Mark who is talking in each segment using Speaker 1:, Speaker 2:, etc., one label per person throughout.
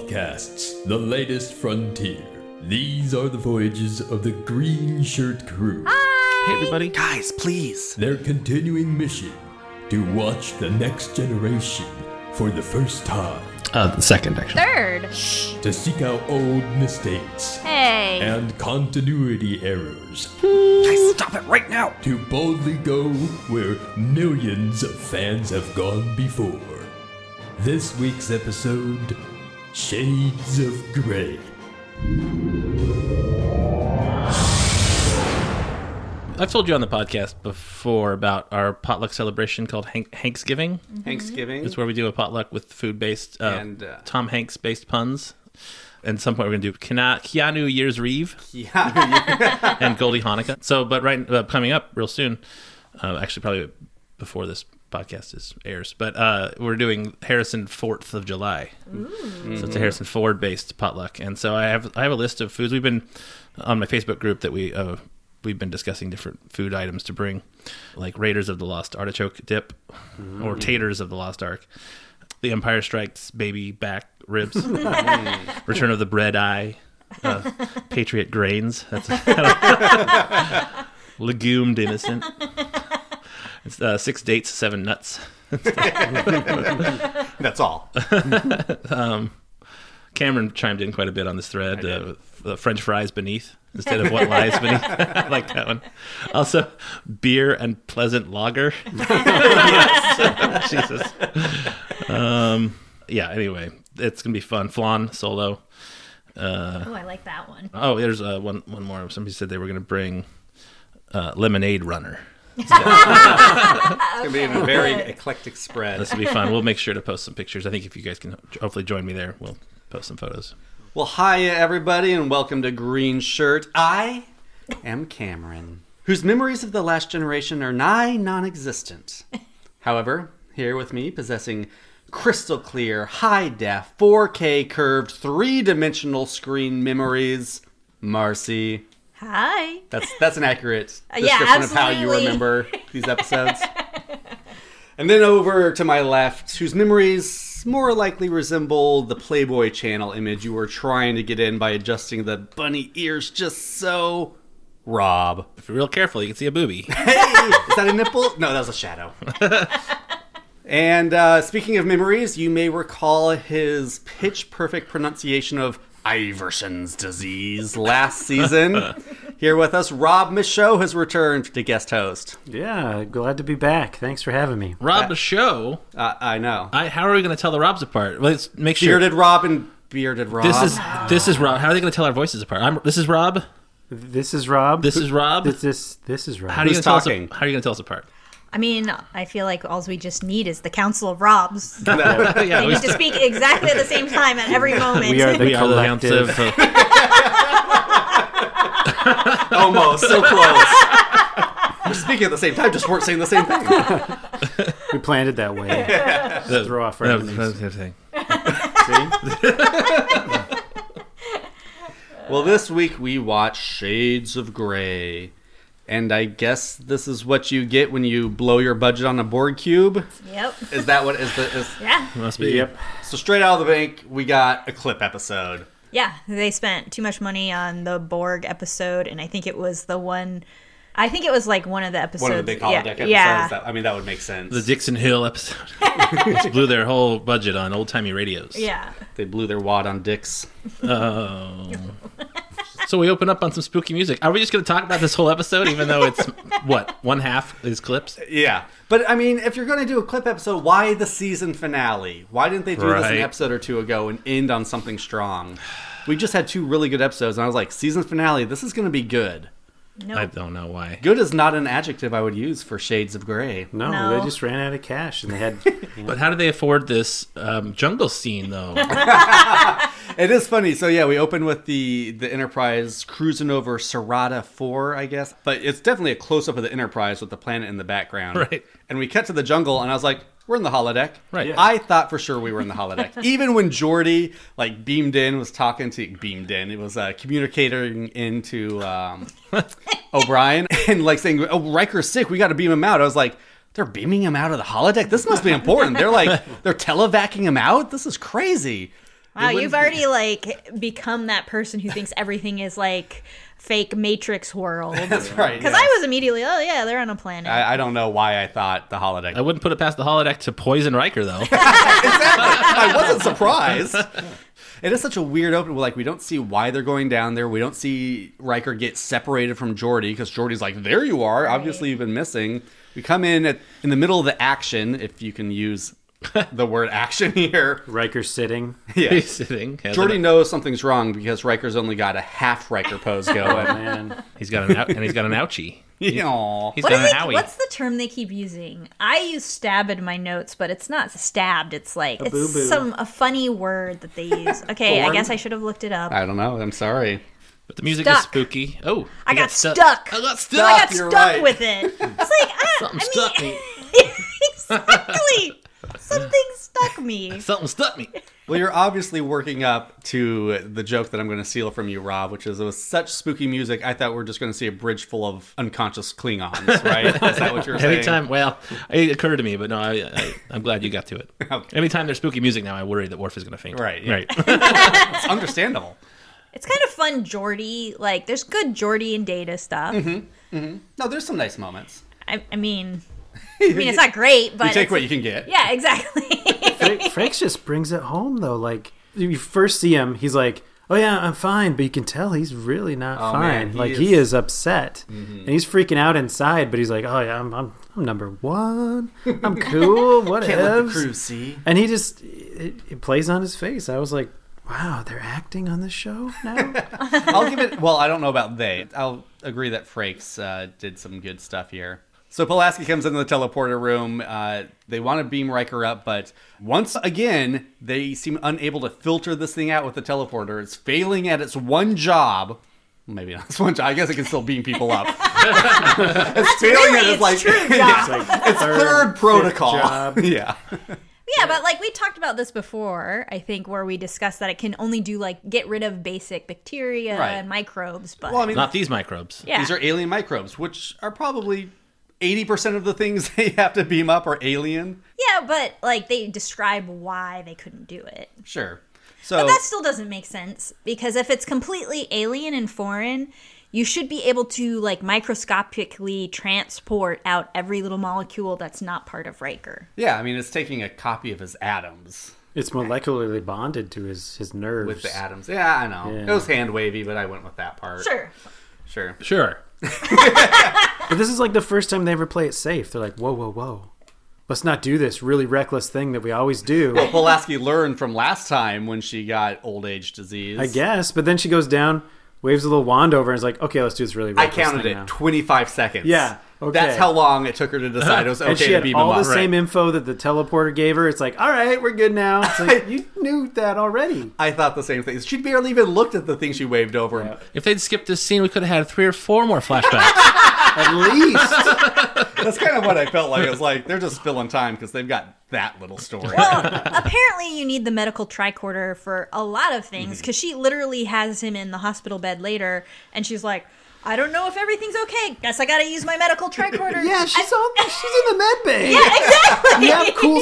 Speaker 1: Podcasts, the latest frontier. These are the voyages of the Green Shirt Crew.
Speaker 2: Hey, everybody.
Speaker 3: Guys, please.
Speaker 1: Their continuing mission to watch the next generation for the first time,
Speaker 2: Uh, the second, actually.
Speaker 4: Third.
Speaker 1: to seek out old mistakes
Speaker 4: Hey.
Speaker 1: and continuity errors,
Speaker 3: Guys, stop it right now.
Speaker 1: to boldly go where millions of fans have gone before. This week's episode Shades of Grey.
Speaker 2: I've told you on the podcast before about our potluck celebration called Hank- Hanksgiving.
Speaker 3: Thanksgiving.
Speaker 2: It's where we do a potluck with food based, uh,
Speaker 3: And, uh,
Speaker 2: Tom Hanks based puns. And at some point, we're going to do Keanu, Keanu Years Reeve
Speaker 3: yeah.
Speaker 2: and Goldie Hanukkah. So, but right uh, coming up real soon, uh, actually, probably before this podcast is airs, but uh, we're doing Harrison 4th of July. So it's a Harrison Ford based potluck, and so I have I have a list of foods. We've been on my Facebook group that we uh, we've been discussing different food items to bring, like Raiders of the Lost Artichoke Dip,
Speaker 3: Mm-hmm.
Speaker 2: or Taters of the Lost Ark, The Empire Strikes Baby Back Ribs, Return of the Bread Eye, uh, Patriot Grains. That's legumed innocent. It's, uh, six dates, seven nuts.
Speaker 3: That's all.
Speaker 2: Cameron chimed in quite a bit on this thread. Uh, uh, French fries beneath instead of what lies beneath. I like that one. Also, beer and pleasant lager. yes. Jesus. Um, yeah. Anyway, it's gonna be fun. Flan solo.
Speaker 4: Oh, I like that one.
Speaker 2: Oh, there's uh, one one more. Somebody said they were gonna bring uh, lemonade runner.
Speaker 3: It's going to be a very eclectic spread.
Speaker 2: This will be fun. We'll make sure to post some pictures. I think if you guys can hopefully join me there, we'll post some photos.
Speaker 3: Well, hi, everybody, and welcome to Green Shirt. I am Cameron, whose memories of the last generation are nigh non existent. However, here with me, possessing crystal clear, high def, 4K curved, three dimensional screen memories, Marcy.
Speaker 4: Hi.
Speaker 3: That's that's an accurate
Speaker 4: yeah,
Speaker 3: description of how you
Speaker 4: absolutely.
Speaker 3: remember these episodes. and then over to my left, whose memories more likely resemble the Playboy Channel image you were trying to get in by adjusting the bunny ears just so. Rob,
Speaker 2: If you're real careful, you can see a booby.
Speaker 3: hey, is that a nipple? No, that was a shadow. and uh, speaking of memories, you may recall his pitch perfect pronunciation of Iverson's disease last season. Here with us, Rob Michaud has returned to guest host.
Speaker 5: Yeah, glad to be back. Thanks for having me.
Speaker 2: Rob the show.
Speaker 3: Uh, I know.
Speaker 2: I, how are we going to tell the Robs apart? Let's make sure.
Speaker 3: Bearded Rob and Bearded Rob.
Speaker 2: This is this is Rob. How are they going to tell our voices apart? I'm, this is Rob.
Speaker 5: This is Rob.
Speaker 2: This is Rob.
Speaker 5: This this, this is Rob.
Speaker 2: How do you
Speaker 3: Who's
Speaker 2: gonna Tell
Speaker 3: talking?
Speaker 2: us, how are you going to tell us apart?
Speaker 4: I mean, I feel like all we just need is the Council of Robs.
Speaker 2: yeah,
Speaker 4: We
Speaker 2: we,
Speaker 4: need to speak exactly at the same time at every moment.
Speaker 5: we are the
Speaker 2: we are the ounce
Speaker 5: collective.
Speaker 2: of. uh,
Speaker 3: almost so close. We're speaking at the same time, just weren't saying the same thing.
Speaker 5: we planned it that way.
Speaker 2: uh, the-
Speaker 5: throw off our
Speaker 2: no,
Speaker 5: enemies.
Speaker 2: that's the thing.
Speaker 5: See?
Speaker 3: Well, this week we watch Shades of Grey. And I guess this is what you get when you blow your budget on a board cube.
Speaker 4: Yep.
Speaker 3: Is that what is the is
Speaker 4: Yeah.
Speaker 2: Must be.
Speaker 5: yep.
Speaker 3: so straight out of the bank, we got a clip episode.
Speaker 4: Yeah. They spent too much money on the Borg episode, and I think it was the one. I think it was like one of the episodes.
Speaker 3: One of the big holodeck
Speaker 4: yeah,
Speaker 3: episodes.
Speaker 4: Yeah.
Speaker 3: That, I mean that would make sense.
Speaker 2: The Dixon Hill episode. Just blew their whole budget on old timey radios.
Speaker 4: yeah.
Speaker 3: they blew their wad on dicks.
Speaker 2: So we open up on some spooky music. Are we just going to talk about this whole episode, even though it's what one half is clips?
Speaker 3: Yeah. But I mean, if you're going to do a clip episode, why the season finale? Why didn't they do this an
Speaker 2: Right.
Speaker 3: episode or two ago and end on something strong? We just had two really good episodes, and I was like, season finale, this is going to be good.
Speaker 4: No.
Speaker 2: I don't know why.
Speaker 3: Good is not an adjective I would use for Shades of Grey.
Speaker 5: No,
Speaker 4: No.
Speaker 5: they just ran out of cash and they had. you know,
Speaker 2: But how do they afford this um, jungle scene though?
Speaker 3: It is funny. So yeah, we open with the the Enterprise cruising over Serata Four, I guess. But it's definitely a close up of the Enterprise with the planet in the background.
Speaker 2: Right.
Speaker 3: And we cut to the jungle, and I was like, "We're in the holodeck."
Speaker 2: Right. Yeah.
Speaker 3: I thought for sure we were in the holodeck. Even when Jordy like beamed in, was talking to beamed in. It was uh, communicating into um, O'Brien and like saying, "Oh, Riker's sick. We got to beam him out." I was like. They're beaming him out of the holodeck. This must be important. They're like they're televacking him out. This is crazy.
Speaker 4: Wow,
Speaker 3: It
Speaker 4: you've
Speaker 3: wouldn't
Speaker 4: already like become that person who thinks everything is like fake Matrix world. Because
Speaker 3: That's right. yeah.
Speaker 4: I was immediately, oh yeah, they're on a planet.
Speaker 3: I, I don't know why I thought the holiday.
Speaker 2: I wouldn't put it past the holodeck to poison Riker though.
Speaker 3: I wasn't surprised. It is such a weird open. Like we don't see why they're going down there. We don't see Riker get separated from Jordy because Jordy's like, "There you are. Obviously, you've been missing." We come in at, in the middle of the action, if you can use the word action here.
Speaker 5: Riker sitting.
Speaker 3: Yeah.
Speaker 2: He's sitting. has
Speaker 3: Jordy
Speaker 2: an-
Speaker 3: knows something's wrong because Riker's only got a half Riker pose going.
Speaker 5: Man,
Speaker 2: he's got an out, and he's got an ouchie.
Speaker 3: Aw.
Speaker 2: He's
Speaker 4: what do
Speaker 2: got an owie.
Speaker 4: they, what's the term they keep using? I use stab in my notes, but it's not stabbed. It's like it's
Speaker 5: boo-boo.
Speaker 4: some a funny word that they use. Okay, I
Speaker 5: Thorn?
Speaker 4: guess I should have looked it up.
Speaker 3: I don't know. I'm sorry.
Speaker 2: But the music is
Speaker 4: Stuck.
Speaker 2: spooky. Oh,
Speaker 4: I
Speaker 2: he
Speaker 4: got stuck.
Speaker 2: I got
Speaker 4: So I
Speaker 2: stuck.
Speaker 4: got
Speaker 3: You're
Speaker 4: stuck
Speaker 3: right.
Speaker 4: with it. It's like ah, I,
Speaker 2: Something
Speaker 4: I
Speaker 2: stuck
Speaker 4: mean,
Speaker 2: me.
Speaker 4: exactly. Something stuck me.
Speaker 2: Something stuck me.
Speaker 3: Well, you're obviously working up to the joke that I'm going to steal from you, Rob, which is it was such spooky music. I thought we are just going to see a bridge full of unconscious Klingons, right? is that what you're saying?
Speaker 2: Anytime, well, it occurred to me, but no, I, I, I'm glad you got to it.
Speaker 3: Okay.
Speaker 2: Anytime there's spooky music now, I worry that Worf is going to faint.
Speaker 3: Right, yeah.
Speaker 2: right.
Speaker 3: It's understandable.
Speaker 4: It's kind of fun, Jordy. Like there's good Jordy and Data stuff.
Speaker 3: Mm-hmm. No, there's some nice moments.
Speaker 4: I, I mean, I mean it's not great, but
Speaker 3: You take
Speaker 4: it's-
Speaker 3: what you can get.
Speaker 4: yeah, exactly.
Speaker 5: Frank, Frank just brings it home though. Like you first see him, he's like, "Oh yeah, I'm fine," but you can tell he's really not
Speaker 3: Oh,
Speaker 5: fine.
Speaker 3: man, he
Speaker 5: like
Speaker 3: is-
Speaker 5: he is upset
Speaker 2: Mm-hmm.
Speaker 5: and he's freaking out inside, but he's like, "Oh yeah, I'm I'm, I'm number one. I'm cool. What
Speaker 3: Can't let the
Speaker 5: ifs?"
Speaker 3: crew see.
Speaker 5: And he just it, it plays on his face. I was like, "Wow, they're acting on this show now."
Speaker 3: I'll give it. Well, I don't know about they. I'll agree that Frakes uh, did some good stuff here. So Pulaski comes into the teleporter room. Uh, they want to beam Riker up, but once again, they seem unable to filter this thing out with the teleporter. It's failing at its one job. Maybe not its one job. I guess it can still beam people up. it's failing
Speaker 4: really its true
Speaker 3: it's,
Speaker 5: like
Speaker 3: third protocol.
Speaker 5: job.
Speaker 3: yeah.
Speaker 4: Yeah, but like we talked about this before, I think, where we discussed that it can only do like get rid of basic bacteria
Speaker 3: Right.
Speaker 4: and microbes, but
Speaker 3: Well, I mean,
Speaker 2: Not these microbes.
Speaker 4: yeah,
Speaker 3: These are alien microbes, which are probably 80% of the things they have to beam up are alien.
Speaker 4: yeah, but like they describe why they couldn't do it.
Speaker 3: Sure. So
Speaker 4: But that still doesn't make sense because if it's completely alien and foreign, you should be able to like microscopically transport out every little molecule that's not part of Riker.
Speaker 3: yeah, I mean, it's taking a copy of his atoms
Speaker 5: it's molecularly bonded to his his nerves.
Speaker 3: with the atoms. Yeah, I know.
Speaker 5: Yeah.
Speaker 3: It was hand wavy, but I went with that part.
Speaker 4: Sure.
Speaker 3: Sure.
Speaker 2: Sure.
Speaker 5: But this is like the first time they ever play it safe. They're like, "Whoa, whoa, whoa." Let's not do this really reckless thing that we always do.
Speaker 3: Well, Pulaski learned from last time when she got old age disease.
Speaker 5: I guess, but then she goes down, waves a little wand over, and is like, "Okay, let's do this really."
Speaker 3: I
Speaker 5: reckless
Speaker 3: counted
Speaker 5: thing
Speaker 3: it
Speaker 5: now."
Speaker 3: 25 seconds.
Speaker 5: Yeah, okay.
Speaker 3: That's how long it took her to decide it was okay
Speaker 5: and she
Speaker 3: to
Speaker 5: had
Speaker 3: beam
Speaker 5: all
Speaker 3: him
Speaker 5: the
Speaker 3: up.
Speaker 5: same
Speaker 2: Right.
Speaker 5: info that the teleporter gave her. It's like, "All right, we're good now." It's like you knew that already.
Speaker 3: I thought the same thing. She barely even looked at the thing she waved over.
Speaker 2: If they'd skipped this scene, we could have had three or four more flashbacks.
Speaker 5: At least
Speaker 3: That's kind of what I felt like. It was like they're just filling time because they've got that little story.
Speaker 4: Well, apparently you need the medical tricorder for a lot of things
Speaker 3: Mm-hmm.
Speaker 4: because she literally has him in the hospital bed later, and she's like, "I don't know if everything's okay. Guess I gotta use my medical tricorder."
Speaker 5: yeah, she's on. She's in the med bay.
Speaker 4: Yeah, exactly.
Speaker 5: You have cool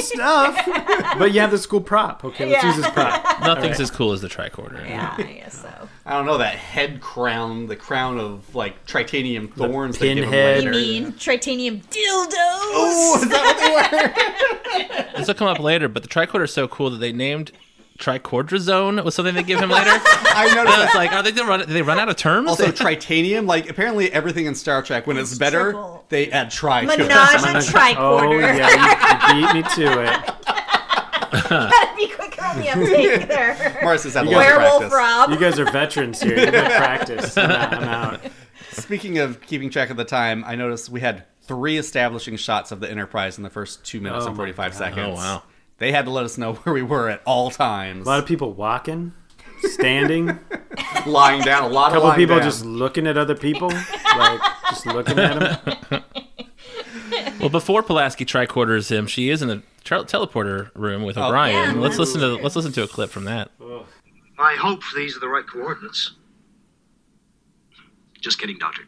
Speaker 5: stuff, but you have this cool prop. Okay, let's
Speaker 4: Yeah.
Speaker 5: use this prop.
Speaker 2: Nothing's as cool as the tricorder.
Speaker 4: Yeah, I guess so.
Speaker 3: I don't know that head crown, the crown of like titanium thorns. that give him
Speaker 5: pinhead.
Speaker 4: You
Speaker 3: later.
Speaker 4: mean titanium dildos?
Speaker 3: Ooh, is that what they were?
Speaker 2: This will come up later, but the tricorder is so cool that they named tricordrazone was something they give him later.
Speaker 3: I noticed
Speaker 2: I
Speaker 3: that.
Speaker 2: was like, are they did run? Did they run out of terms?
Speaker 3: Also,
Speaker 2: They-
Speaker 3: titanium. Like apparently, everything in Star Trek when it's,
Speaker 4: It's
Speaker 3: better,
Speaker 4: triple.
Speaker 3: they add tri to it.
Speaker 4: Menage a
Speaker 5: Oh
Speaker 4: tricorder.
Speaker 5: yeah, you, you beat me to it.
Speaker 4: Gotta be quicker on the uptake there.
Speaker 3: Mars has had a lot of
Speaker 4: Werewolf
Speaker 3: practice.
Speaker 4: Rob.
Speaker 5: You guys are veterans here. You have practice. I'm out. I'm out.
Speaker 3: Speaking of keeping track of the time, I noticed we had three establishing shots of the Enterprise in the first two minutes
Speaker 5: Oh
Speaker 3: and
Speaker 5: my
Speaker 3: forty-five seconds.
Speaker 2: Oh, wow.
Speaker 3: They had to let us know where we were at all times.
Speaker 5: A lot of people walking, standing.
Speaker 3: lying down. A lot
Speaker 5: A couple
Speaker 3: of lying
Speaker 5: people
Speaker 3: down.
Speaker 5: just looking at other people, like just looking at them.
Speaker 2: well, before Pulaski tricorders him, she is in the tra- teleporter room
Speaker 3: Oh.
Speaker 2: with O'Brien.
Speaker 4: Yeah,
Speaker 2: let's
Speaker 4: that's
Speaker 2: listen to let's listen to a clip from that.
Speaker 6: I hope these are the right coordinates. Just kidding, Doctor.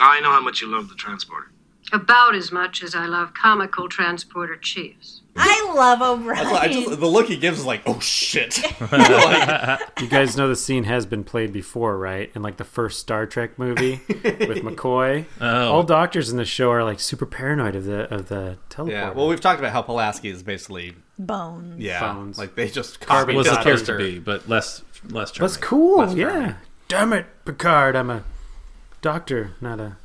Speaker 6: I know how much you love the transporter.
Speaker 7: About as much as I love comical transporter chiefs.
Speaker 4: I love O'Brien.
Speaker 3: So I just, the look he gives is like, oh shit.
Speaker 5: You guys know the scene has been played before, right? In like the first Star Trek movie with McCoy. All doctors in the show are like super paranoid of the of the teleport.
Speaker 3: yeah. Well, we've talked about how Pulaski is basically
Speaker 4: Bones.
Speaker 3: yeah,
Speaker 5: Phones.
Speaker 3: like they just copied
Speaker 5: Carbon
Speaker 2: was
Speaker 5: Yeah.
Speaker 3: his
Speaker 2: supposed to
Speaker 3: character.
Speaker 2: be, but less less charming.
Speaker 5: That's cool.
Speaker 3: Less
Speaker 5: yeah.
Speaker 3: charming.
Speaker 5: Damn it, Picard! I'm a doctor, not a.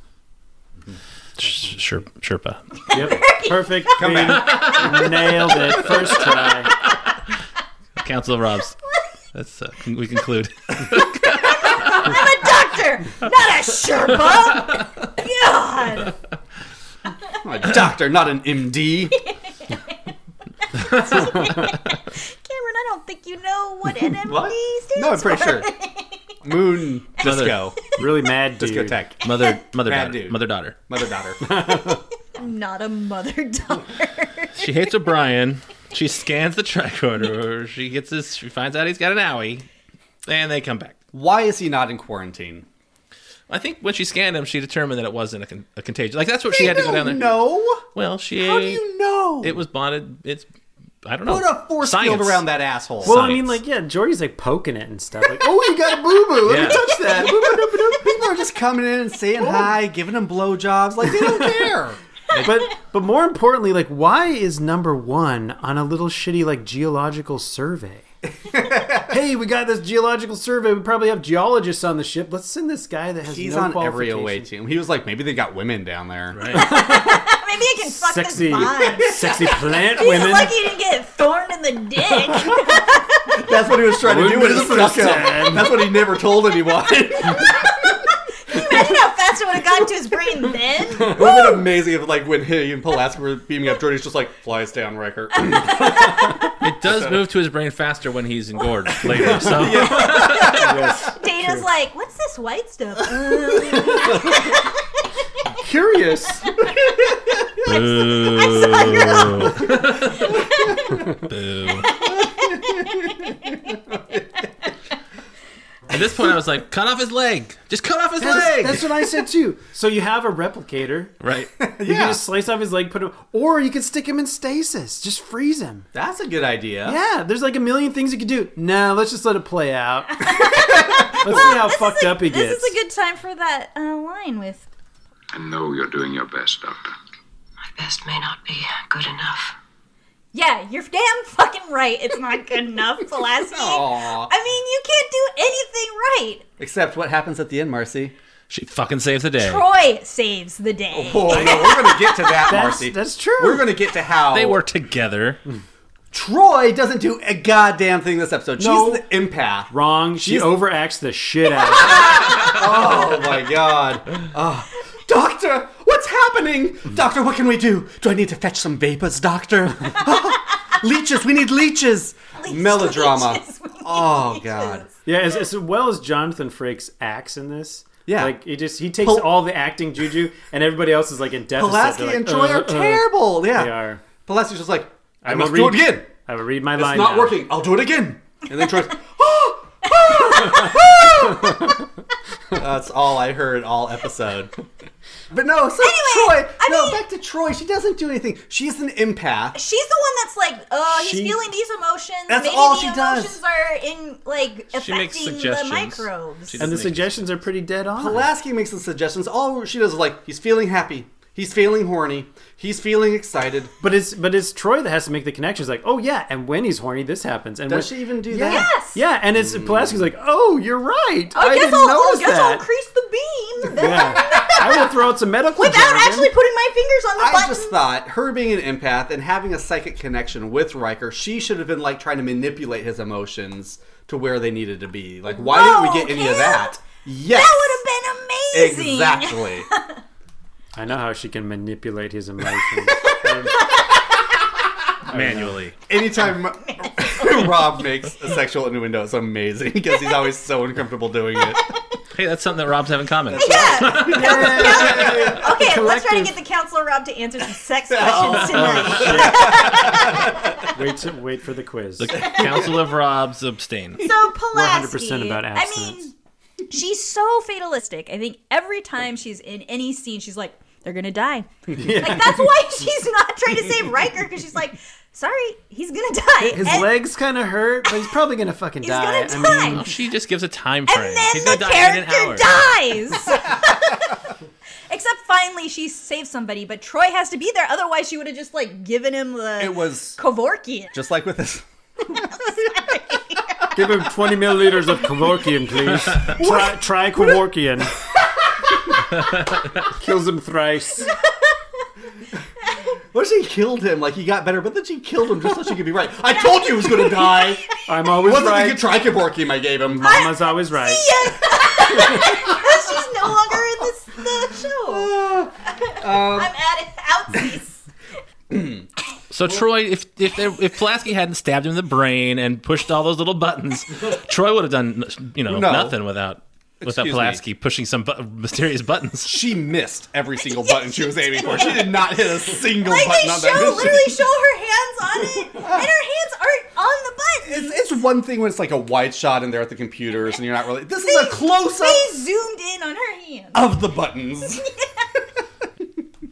Speaker 2: Sh- Sher- Sherpa.
Speaker 5: Yep. Perfect. Come Nailed it. First try.
Speaker 2: Council of Robs. That's uh, con- we conclude.
Speaker 4: I'm a doctor, not a Sherpa. God.
Speaker 3: I'm a doctor, not an MD.
Speaker 4: Cameron, I don't think you know what NMD stands
Speaker 3: No, I'm pretty sure. Moon disco,
Speaker 5: Really mad dude.
Speaker 3: discotheque,
Speaker 2: Mother mother
Speaker 3: Bad
Speaker 2: daughter.
Speaker 3: dude.
Speaker 2: Mother daughter.
Speaker 3: mother daughter.
Speaker 4: for. Not a mother daughter.
Speaker 2: She hates O'Brien. She scans the tricorder. She gets his. She finds out he's got an owie, and they come back.
Speaker 3: Why is he not in quarantine?
Speaker 2: I think when she scanned him, she determined that it wasn't a, con- a contagion. Like that's what she had to go down there.
Speaker 3: No,
Speaker 2: Well, she.
Speaker 3: how do you know?
Speaker 2: It was bonded. It's. I don't know.
Speaker 3: Put a force
Speaker 2: Science.
Speaker 3: field around that asshole.
Speaker 5: Well, I
Speaker 2: Science.
Speaker 5: mean, like, yeah, Jordy's like poking it and stuff. Like,
Speaker 3: oh, you got a boo boo. Let
Speaker 2: Yeah.
Speaker 3: me touch that. Boo-boo-doo-boo-doo. People are just coming in and saying hi, giving him blowjobs. Like they don't care.
Speaker 5: but but more importantly, like, why is number one on a little shitty like geological survey? hey, we got this geological survey. We probably have geologists on the ship. Let's send this guy that has
Speaker 3: He's
Speaker 5: no
Speaker 3: on every
Speaker 5: qualifications.
Speaker 3: away team. He was like, maybe they got women down there.
Speaker 4: Maybe I can fuck
Speaker 5: Sexy,
Speaker 4: this vine.
Speaker 5: sexy plant
Speaker 4: He's
Speaker 5: women.
Speaker 4: lucky he didn't get thorned in the dick.
Speaker 3: That's what he was trying to do with
Speaker 5: Wouldn't be
Speaker 3: his
Speaker 5: the first
Speaker 3: stucco.
Speaker 5: time.
Speaker 3: That's what he never told anyone.
Speaker 4: Imagine how fast it would have gotten to his brain then.
Speaker 3: Would have been amazing if, like, when he and Pulaski were beaming up, Jordy's just like, flies down, Riker.
Speaker 2: It does move to his brain faster when he's engorged later. So
Speaker 4: Dana's like, what's this white stuff? Uh,
Speaker 5: Curious.
Speaker 2: at this point, I was like, cut off his leg. Just cut off his leg.
Speaker 5: That's what I said too. So you have a replicator.
Speaker 2: right.
Speaker 5: You can just slice off his leg, put him, or you could stick him in stasis. Just freeze him.
Speaker 3: That's a good idea.
Speaker 5: Yeah, there's like a million things you could do. No, let's just let it play out. let's see how fucked up he gets.
Speaker 4: This is a good time for that uh, line with
Speaker 8: I know you're doing your best, Doctor.
Speaker 9: My best may not be good enough.
Speaker 4: Yeah, you're damn fucking right. It's not good enough, Pulaski.
Speaker 3: Aw.
Speaker 4: I mean, you can't do anything right.
Speaker 3: Except what happens at the end, Marcy.
Speaker 2: She fucking saves the day.
Speaker 4: Troy saves the day.
Speaker 3: Oh, no, we're going to get to that,
Speaker 5: that's,
Speaker 3: Marcy.
Speaker 5: that's true.
Speaker 3: We're going to get to how
Speaker 2: They work together.
Speaker 3: Troy doesn't do a goddamn thing this episode.
Speaker 5: No.
Speaker 3: She's the empath.
Speaker 5: Wrong. She
Speaker 3: She's-
Speaker 5: overacts the shit out of it.
Speaker 3: Oh my god. Oh. Doctor, what's happening? Doctor, what can we do? Do I need to fetch some vapors, Doctor? leeches, we need leeches. Melodrama.
Speaker 4: Leeches, we need
Speaker 3: oh
Speaker 4: leeches.
Speaker 3: god.
Speaker 5: Yeah, as, as well as Jonathan Frakes acts in this.
Speaker 3: Yeah.
Speaker 5: Like he just he takes
Speaker 3: Pul-
Speaker 5: all the acting juju and everybody else is like in deficit.
Speaker 3: Pulaski
Speaker 5: They're like,
Speaker 3: and Troy
Speaker 5: "Uh,
Speaker 3: are
Speaker 5: uh,
Speaker 3: terrible. Yeah.
Speaker 5: They are.
Speaker 3: Pulaski's just like, I,
Speaker 5: will
Speaker 3: must do it
Speaker 5: read-
Speaker 3: again.
Speaker 5: I will read my
Speaker 3: It's
Speaker 5: line.
Speaker 3: not
Speaker 5: now.
Speaker 3: working. I'll do it again. And then Troy's, "Ah! That's all I heard all episode. But no, so
Speaker 4: Anyway,
Speaker 3: Troy.
Speaker 4: I
Speaker 3: no,
Speaker 4: mean-
Speaker 3: back to Troy. She doesn't do anything. She's an empath.
Speaker 4: She's the one that's like, oh, he's
Speaker 5: She-
Speaker 4: feeling these emotions.
Speaker 3: That's
Speaker 4: Maybe
Speaker 3: all
Speaker 4: the
Speaker 3: she does.
Speaker 4: emotions are in like
Speaker 2: She makes
Speaker 4: affecting the
Speaker 2: suggestions.
Speaker 4: microbes.
Speaker 2: She
Speaker 5: And
Speaker 2: Doesn't
Speaker 5: the
Speaker 2: make
Speaker 5: suggestions are pretty dead on.
Speaker 3: Pulaski makes the suggestions. All she does is like, he's feeling happy. He's feeling horny. He's feeling excited.
Speaker 5: But it's but it's Troy that has to make the connections. Like, oh yeah, and when he's horny, this happens. And
Speaker 3: Does
Speaker 5: when-
Speaker 3: she even do
Speaker 5: Yeah.
Speaker 3: that?
Speaker 4: Yes.
Speaker 5: Yeah, and it's Pulaski's like, oh, you're right.
Speaker 4: Oh,
Speaker 5: I
Speaker 4: guess
Speaker 5: didn't
Speaker 4: I'll, oh,
Speaker 5: notice
Speaker 4: guess I'll
Speaker 5: that.
Speaker 4: increase the beam
Speaker 5: yeah. I will throw out some medical.
Speaker 4: without
Speaker 5: jargon.
Speaker 4: actually putting my fingers on the
Speaker 3: I
Speaker 4: button.
Speaker 3: just thought her being an empath and having a psychic connection with Riker, she should have been like trying to manipulate his emotions to where they needed to be. Like, why
Speaker 4: Whoa,
Speaker 3: didn't we get any
Speaker 4: Cam!
Speaker 3: of that? Yes,
Speaker 4: that would have been amazing.
Speaker 3: exactly.
Speaker 5: I know how she can manipulate his emotions.
Speaker 2: Manually.
Speaker 3: Anytime Rob makes a sexual innuendo, it's amazing because he's always so uncomfortable doing it.
Speaker 2: Hey, that's something that Rob's have in common.
Speaker 4: Yeah. okay, let's try to get the counselor Rob to answer some sex
Speaker 3: Oh,
Speaker 4: questions tonight.
Speaker 5: wait to wait for the quiz.
Speaker 2: The Council of Robs abstain.
Speaker 4: So Pulaski,
Speaker 5: 100% about
Speaker 4: I
Speaker 5: abstinence.
Speaker 4: mean, she's so fatalistic. I think every time she's in any scene, she's like, "They're gonna die." Like that's why she's not trying to save Riker because she's like, sorry, he's gonna die.
Speaker 5: His
Speaker 4: and,
Speaker 5: legs kind of hurt, but he's probably gonna fucking
Speaker 4: He's
Speaker 5: die.
Speaker 4: gonna
Speaker 5: I
Speaker 4: die.
Speaker 5: mean,
Speaker 2: Well, she just gives a time frame.
Speaker 4: and then
Speaker 2: He's
Speaker 4: the
Speaker 2: gonna die in an hour.
Speaker 4: character dies. Except finally she saves somebody, but Troy has to be there. Otherwise, she would have just like given him the
Speaker 3: It was
Speaker 4: Kevorkian.
Speaker 3: just like with this.
Speaker 5: give him 20 milliliters of Kevorkian, please. try, try Kevorkian. Kills him thrice.
Speaker 3: What if she killed him? Like he got better, but then she killed him just so she could be right. I told you he was gonna die.
Speaker 5: I'm always
Speaker 3: Wasn't the
Speaker 5: right.
Speaker 3: Tricaborkium I gave him?
Speaker 5: Mama's always right.
Speaker 4: She's no longer in this the show. I'm at it. Outsies.
Speaker 2: So Troy, if if there, if Pulaski hadn't stabbed him in the brain and pushed all those little buttons, Troy would have done you know
Speaker 3: No.
Speaker 2: nothing without without
Speaker 3: Excuse me.
Speaker 2: Pulaski pushing some bu- mysterious buttons.
Speaker 3: She missed every single button she was aiming for. She did not hit a single
Speaker 4: Like they
Speaker 3: button on that
Speaker 4: show,
Speaker 3: mission.
Speaker 4: literally show her hands on it, and her hands aren't on the button.
Speaker 3: It's, it's one thing when it's like a wide shot and they're at the computers and you're not really. This is a close up
Speaker 4: They zoomed in on her hand.
Speaker 3: of the buttons.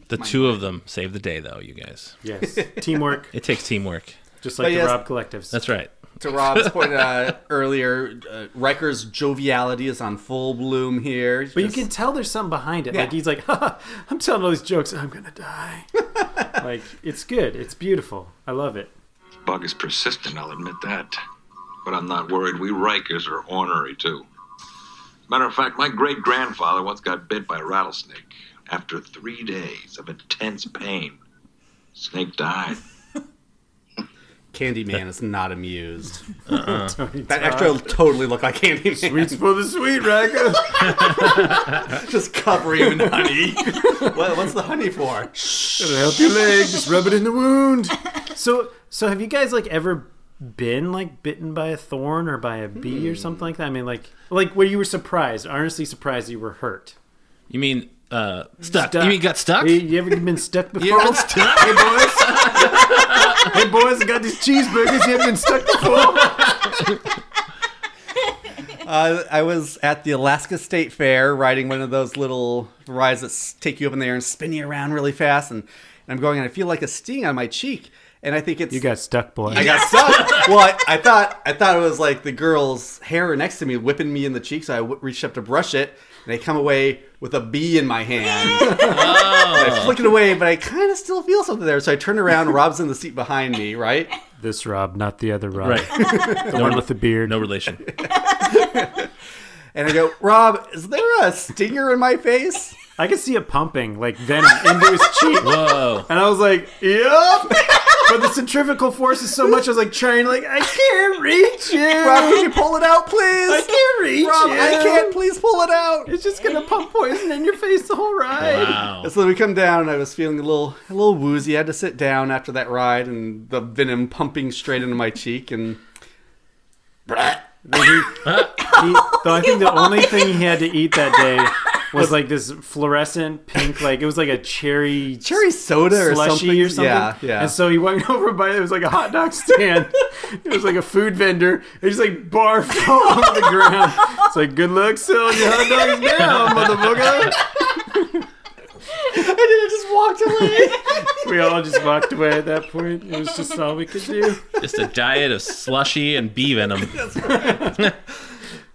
Speaker 2: The two of them save the day, though. You guys,
Speaker 5: Yes. Teamwork,
Speaker 2: it takes teamwork.
Speaker 5: just like
Speaker 3: But
Speaker 5: the
Speaker 3: yes-
Speaker 5: Rob Collectives.
Speaker 2: That's right.
Speaker 3: to Rob's point uh, earlier, uh, Riker's joviality is on full bloom here.
Speaker 5: But you can tell there's something behind it. Like
Speaker 3: Yeah.
Speaker 5: he's like, "Ha, ha, I'm telling all these jokes, I'm gonna die. like it's good, it's beautiful. I love it.
Speaker 8: Bug is persistent, I'll admit that. But I'm not worried. We Rikers are ornery, too. Matter of fact, my great grandfather once got bit by a rattlesnake after three days of intense pain. Snake died.
Speaker 3: Candyman is not amused.
Speaker 5: Tony
Speaker 3: That
Speaker 5: Todd.
Speaker 3: extra totally looked like Candyman.
Speaker 5: Sweets for the sweet racket.
Speaker 3: Just covering him in honey. what, what's the honey for?
Speaker 5: It'll help your leg. Just rub it in the wound. So, so have you guys like ever been like bitten by a thorn or by a bee or something like that? I mean, like, like where you were surprised, honestly surprised you were hurt.
Speaker 2: You mean uh, stuck.
Speaker 5: Stuck.
Speaker 2: You mean got stuck?
Speaker 5: You, you ever been stuck before?
Speaker 2: You ever been stuck?
Speaker 5: Hey boys, hey boys, I got these cheeseburgers. You haven't been stuck before.
Speaker 3: Uh, I was at the Alaska State Fair riding one of those little rides that s- take you up in the air and spin you around really fast, and, and I'm going and I feel like a sting on my cheek, and I think it's
Speaker 5: You got stuck, boy.
Speaker 3: I got stuck. well, I, I thought I thought it was like the girl's hair next to me whipping me in the cheek, so I w- reached up to brush it, and I come away with a bee in my hand. I flick it away, but I kind of still feel something there, so I turn around. Rob's in the seat behind me, right?
Speaker 5: this Rob, not the other Rob.
Speaker 2: Right.
Speaker 5: The one with the beard.
Speaker 2: No relation.
Speaker 3: And I go, Rob, is there a stinger in my face?
Speaker 5: I could see it pumping like venom into his cheek.
Speaker 2: Whoa.
Speaker 5: And I was like, yup. But the centrifugal force is so much, I was like trying, like, I can't reach it.
Speaker 3: Rob, can you pull it out, please?
Speaker 5: I can't reach
Speaker 3: Rob,
Speaker 5: it.
Speaker 3: I can't. Please pull it out.
Speaker 5: It's just going to pump poison in your face the whole ride.
Speaker 2: Wow.
Speaker 3: So we come down. I was feeling a little, a little woozy. I had to sit down after that ride, and the venom pumping straight into my cheek. And
Speaker 5: He, though I think the only thing he had to eat that day was like this fluorescent pink, like, it was like a cherry.
Speaker 3: cherry soda or
Speaker 5: slushy
Speaker 3: something.
Speaker 5: or something.
Speaker 3: Yeah, yeah.
Speaker 5: And so he went over by it was like a hot dog stand. it was like a food vendor. He just like barfed all over the ground. It's like good luck selling your hot dogs now, motherfucker.
Speaker 3: I did. I just walked away.
Speaker 5: We all just walked away at that point. It was just all we could do.
Speaker 2: Just a diet of slushy and bee venom.
Speaker 3: Uh,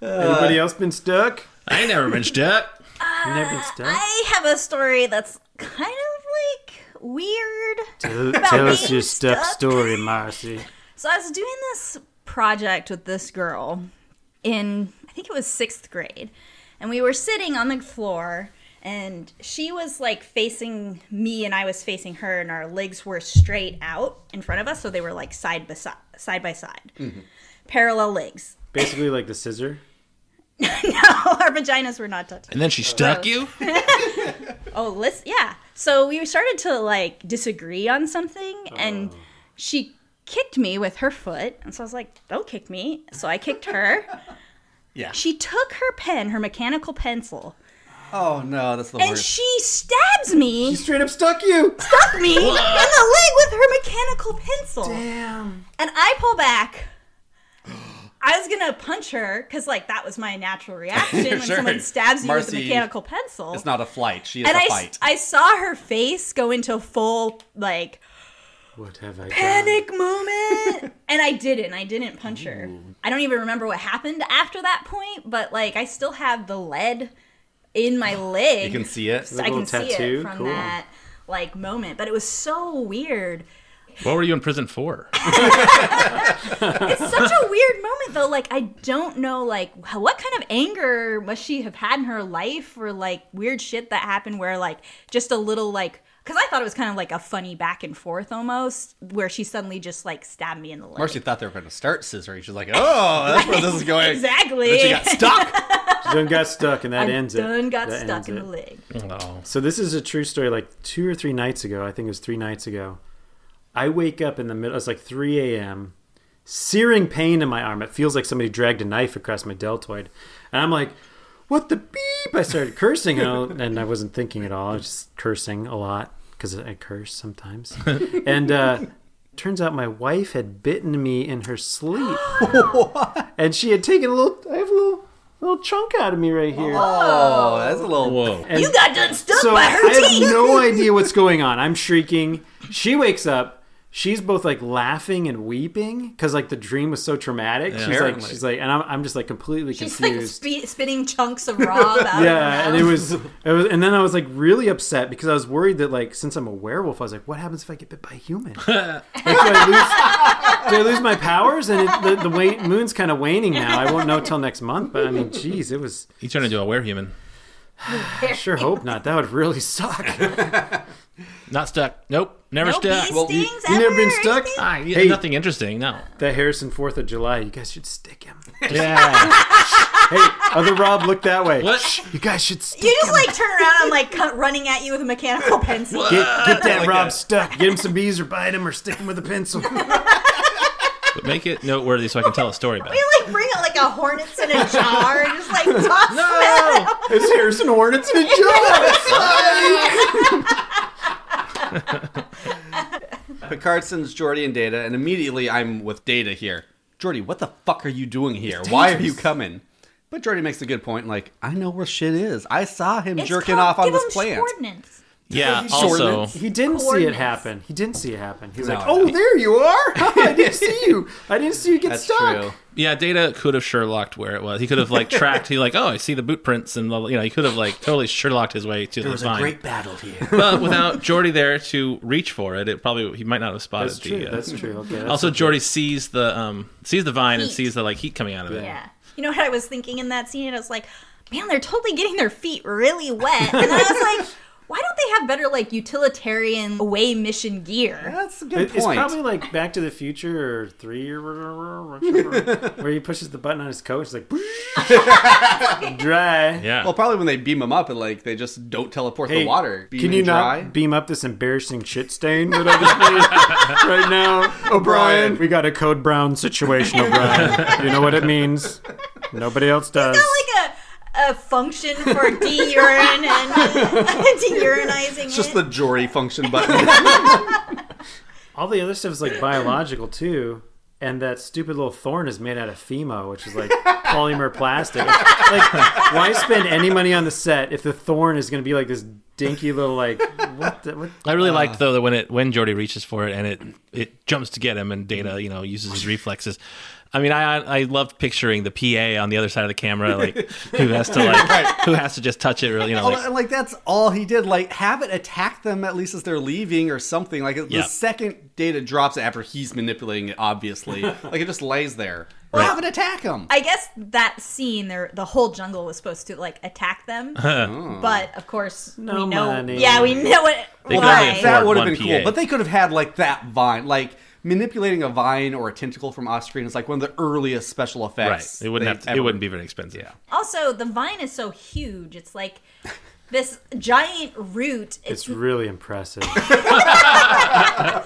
Speaker 5: Anybody else been stuck?
Speaker 2: I ain't never been stuck.
Speaker 5: Never been stuck.
Speaker 4: I have a story that's kind of like weird.
Speaker 5: Tell,
Speaker 4: tell us being your stuck stuck.
Speaker 5: story, Marcy.
Speaker 4: So I was doing this project with this girl in I think it was sixth grade, and we were sitting on the floor, and she was like facing me, and I was facing her, and our legs were straight out in front of us, so they were like side by side, side by side, parallel legs.
Speaker 5: Basically, like the scissor.
Speaker 4: our vaginas were not touching.
Speaker 2: And then she stuck you.
Speaker 4: Oh, listen, yeah. So we started to like disagree on something, and
Speaker 3: Oh.
Speaker 4: she kicked me with her foot, and so I was like, "Don't kick me!" So I kicked her.
Speaker 3: Yeah.
Speaker 4: She took her pen, her mechanical pencil,
Speaker 3: Oh no, that's the
Speaker 4: and
Speaker 3: worst.
Speaker 4: she stabs me,
Speaker 5: Straight up stuck you.
Speaker 4: stuck me in the leg with her mechanical pencil. Damn. And I pull back. I was gonna punch her because, like, that was my natural reaction when
Speaker 3: Sure.
Speaker 4: someone stabs you with a
Speaker 3: Marcy,
Speaker 4: mechanical pencil.
Speaker 3: It's not a flight. She is
Speaker 4: and
Speaker 3: a
Speaker 4: I,
Speaker 3: fight.
Speaker 4: I saw her face go into full like
Speaker 5: What have I
Speaker 4: panic moment. and I didn't. I didn't punch her. I don't even remember what happened after that point, but like I still have the lead in my leg.
Speaker 3: You can see it.
Speaker 4: I
Speaker 5: little
Speaker 4: can see
Speaker 5: tattoo?
Speaker 4: it from
Speaker 5: Cool.
Speaker 4: that like moment, but it was so weird.
Speaker 2: What were you in prison for?
Speaker 4: It's such a weird moment though. Like I don't know like wh- what kind of anger must she have had in her life or like weird shit that happened where like just a little like because I thought it was kind of like a funny back and forth almost, where she suddenly just like stabbed me in the leg.
Speaker 3: Marcy thought they were going to start scissoring. She's like, oh, that's where this is going.
Speaker 4: Exactly.
Speaker 3: But she got stuck.
Speaker 5: done? Done got stuck, and that
Speaker 4: I
Speaker 5: ends it.
Speaker 4: done got
Speaker 5: That
Speaker 4: stuck
Speaker 5: ends
Speaker 4: in
Speaker 5: it.
Speaker 4: the leg.
Speaker 2: oh.
Speaker 5: So this is a true story. Like two or three nights ago, I think it was three nights ago. I wake up in the middle. It's like 3 a.m. Searing pain in my arm. It feels like somebody dragged a knife across my deltoid, and I'm like, "What the beep?" I started cursing, and I- and I wasn't thinking at all. I was just cursing a lot because I curse sometimes. and uh, turns out my wife had bitten me in her sleep, and she had taken a little. I have a little little chunk out of me right here.
Speaker 3: Oh, that's a little.
Speaker 2: Whoa.
Speaker 4: You got done stuck
Speaker 5: So
Speaker 4: by
Speaker 5: I
Speaker 4: her
Speaker 5: have
Speaker 4: teeth.
Speaker 5: no idea what's going on. I'm shrieking. She wakes up. She's both like laughing and weeping because like the dream was so traumatic. she's
Speaker 3: Apparently.
Speaker 5: like, she's like, and I'm, I'm just like completely
Speaker 4: She's like
Speaker 5: confused.
Speaker 4: spe- spitting chunks of raw out
Speaker 5: yeah,
Speaker 4: of
Speaker 5: and
Speaker 4: her
Speaker 5: it
Speaker 4: mouth.
Speaker 5: was, it was, and then I was like really upset because I was worried that like since I'm a werewolf, I was like, what happens if I get bit by a human? like, do, I lose, do I lose my powers? And it, the, the wa- moon's kind of waning now. I won't know till next month. But I mean, geez, it was.
Speaker 2: You turned into a werehuman.
Speaker 5: I sure hope not. That would really suck.
Speaker 2: Not stuck. Nope. Never
Speaker 4: No
Speaker 2: stuck.
Speaker 4: bee
Speaker 5: you-
Speaker 4: stings
Speaker 5: you never
Speaker 4: ever
Speaker 5: been
Speaker 4: or
Speaker 5: stuck?
Speaker 4: anything?
Speaker 2: Ah, yeah,
Speaker 5: Hey.
Speaker 2: nothing interesting. No.
Speaker 5: That Harrison Fourth of July, you guys should stick him.
Speaker 2: Yeah.
Speaker 5: Hey, other Rob, look that way.
Speaker 2: what?
Speaker 5: You guys should stick
Speaker 4: You just
Speaker 5: him.
Speaker 4: like turn around and like come running at you with a mechanical pencil.
Speaker 5: get, get that
Speaker 3: Like
Speaker 5: Rob
Speaker 3: that.
Speaker 5: stuck. Get him some bees or bite him or stick him with a pencil.
Speaker 2: But make it noteworthy so I can tell a story about
Speaker 4: We
Speaker 2: it.
Speaker 4: like bring out like a hornets in a jar and just like toss them.
Speaker 5: Oh, it's Harrison Hornets in a jar.
Speaker 3: Picard sends Jordy and Data, and immediately I'm with Data here. Jordy, what the fuck are you doing here? Why are you coming? But Jordy makes a good point. Like, I know where shit is. I saw him
Speaker 4: It's
Speaker 3: jerking
Speaker 4: called
Speaker 3: off on
Speaker 4: give
Speaker 3: this
Speaker 4: 'em
Speaker 3: plant.
Speaker 4: coordinates.
Speaker 2: Yeah. Also,
Speaker 5: he didn't see it
Speaker 4: Coordinates.
Speaker 5: happen. He didn't see it happen. He was
Speaker 3: No,
Speaker 5: like,
Speaker 3: no.
Speaker 5: "Oh, there you are! I didn't see you. I didn't see you get
Speaker 3: That's
Speaker 5: stuck."
Speaker 3: true.
Speaker 2: yeah, Data could have Sherlocked where it was. He could have like tracked. He like, oh, I see the boot prints, and you know, he could have like totally Sherlocked his way to
Speaker 7: There
Speaker 2: the
Speaker 7: was a
Speaker 2: vine.
Speaker 7: great battle here.
Speaker 2: but without Jordy there to reach for it, it probably he might not have spotted
Speaker 5: That's
Speaker 2: the.
Speaker 5: true.
Speaker 2: uh,
Speaker 5: That's true. Okay. that's-
Speaker 2: also, Jordy sees the um sees the vine and
Speaker 4: Heat.
Speaker 2: sees the like heat coming out of it.
Speaker 4: Yeah. You know what I was thinking in that scene? I was like, man, they're totally getting their feet really wet. And then I was like, why don't they have better like utilitarian away mission gear?
Speaker 3: That's a good
Speaker 5: It- it's
Speaker 3: point.
Speaker 5: probably like Back to the Future or three or whatever, where he pushes the button on his coat. It's like dry.
Speaker 2: Yeah.
Speaker 3: well, probably when they beam him up and like they just don't teleport
Speaker 5: Hey,
Speaker 3: the water. Beam
Speaker 5: Can
Speaker 3: it
Speaker 5: you
Speaker 3: dry.
Speaker 5: not beam up this embarrassing shit stain that I just made right now, O'Brien? We got a code brown situation, O'Brien. you know what it means. Nobody else does.
Speaker 4: It's not like a, a function for de-urine and de-urinizing
Speaker 3: It's just
Speaker 4: it.
Speaker 3: the Jory function button.
Speaker 5: All the other stuff is like biological too. And that stupid little thorn is made out of FEMA, which is like polymer plastic. Like, why spend any money on the set if the thorn is going to be like this dinky little like what? The, what?
Speaker 2: I really liked though that when it when Jordy reaches for it and it it jumps to get him and Data you know uses his reflexes. I mean, I I loved picturing the PA on the other side of the camera, like who has to like who has to just touch it, really, you know,
Speaker 3: like,
Speaker 2: like,
Speaker 3: like that's all he did. Like have it attack them at least as they're leaving or something. Like
Speaker 2: Yeah.
Speaker 3: the second data drops it after he's manipulating it, obviously. like it just lays there. Or
Speaker 2: Right.
Speaker 3: have it attack him.
Speaker 4: I guess that scene, there the whole jungle was supposed to like attack them, but of course we know.
Speaker 5: money.
Speaker 4: Yeah, we know it.
Speaker 2: They could only
Speaker 4: why.
Speaker 2: afford-
Speaker 3: that would have
Speaker 2: one
Speaker 3: been cool.
Speaker 2: PA.
Speaker 3: But they could have had like that vine, like manipulating a vine or a tentacle from off screen is like one of the earliest special
Speaker 2: right.
Speaker 3: effects.
Speaker 2: It wouldn't
Speaker 3: they've
Speaker 2: have to, it
Speaker 3: ever-
Speaker 2: wouldn't be very expensive. Yeah.
Speaker 4: also, the vine is so huge; it's like this giant root. It's,
Speaker 5: It's really impressive.
Speaker 4: but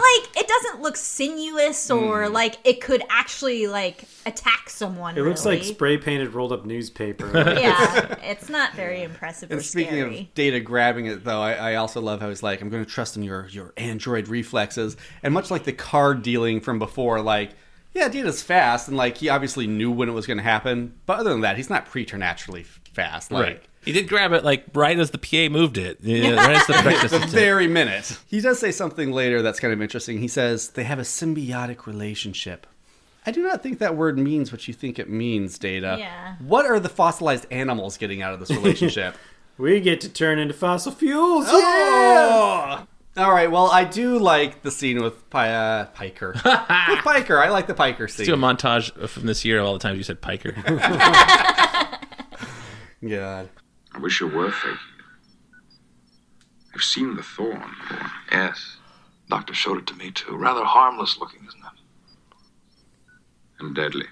Speaker 4: like it doesn't look sinuous or
Speaker 3: Hmm.
Speaker 4: like it could actually like attack someone.
Speaker 5: It looks like spray painted rolled up newspaper.
Speaker 4: yeah, it's not very impressive. Or
Speaker 3: And speaking
Speaker 4: scary.
Speaker 3: of data grabbing it, though, I, I also love how he's like, "I'm going to trust in your your android reflexes," and much like the card dealing from before, like Yeah, Data's fast, and like he obviously knew when it was going to happen. But other than that, he's not preternaturally f- fast. Like
Speaker 2: He did grab it like right as the PA moved it. Yeah, right as the practice.
Speaker 3: the very minute. He does say something later that's kind of interesting. He says they have a symbiotic relationship. I do not think that word means what you think it means, Data.
Speaker 4: Yeah.
Speaker 3: What are the fossilized animals getting out of this relationship?
Speaker 5: We get to turn into fossil fuels.
Speaker 3: Oh! All right. Well, I do like the scene with Pi- uh, Piker. with Piker, I like the Piker scene.
Speaker 2: Do a montage from this year of all the times you said Piker.
Speaker 3: God.
Speaker 8: I wish it were fake. I've seen the thorn. Yes. Doctor showed it to me too. Rather harmless looking, isn't it? And deadly.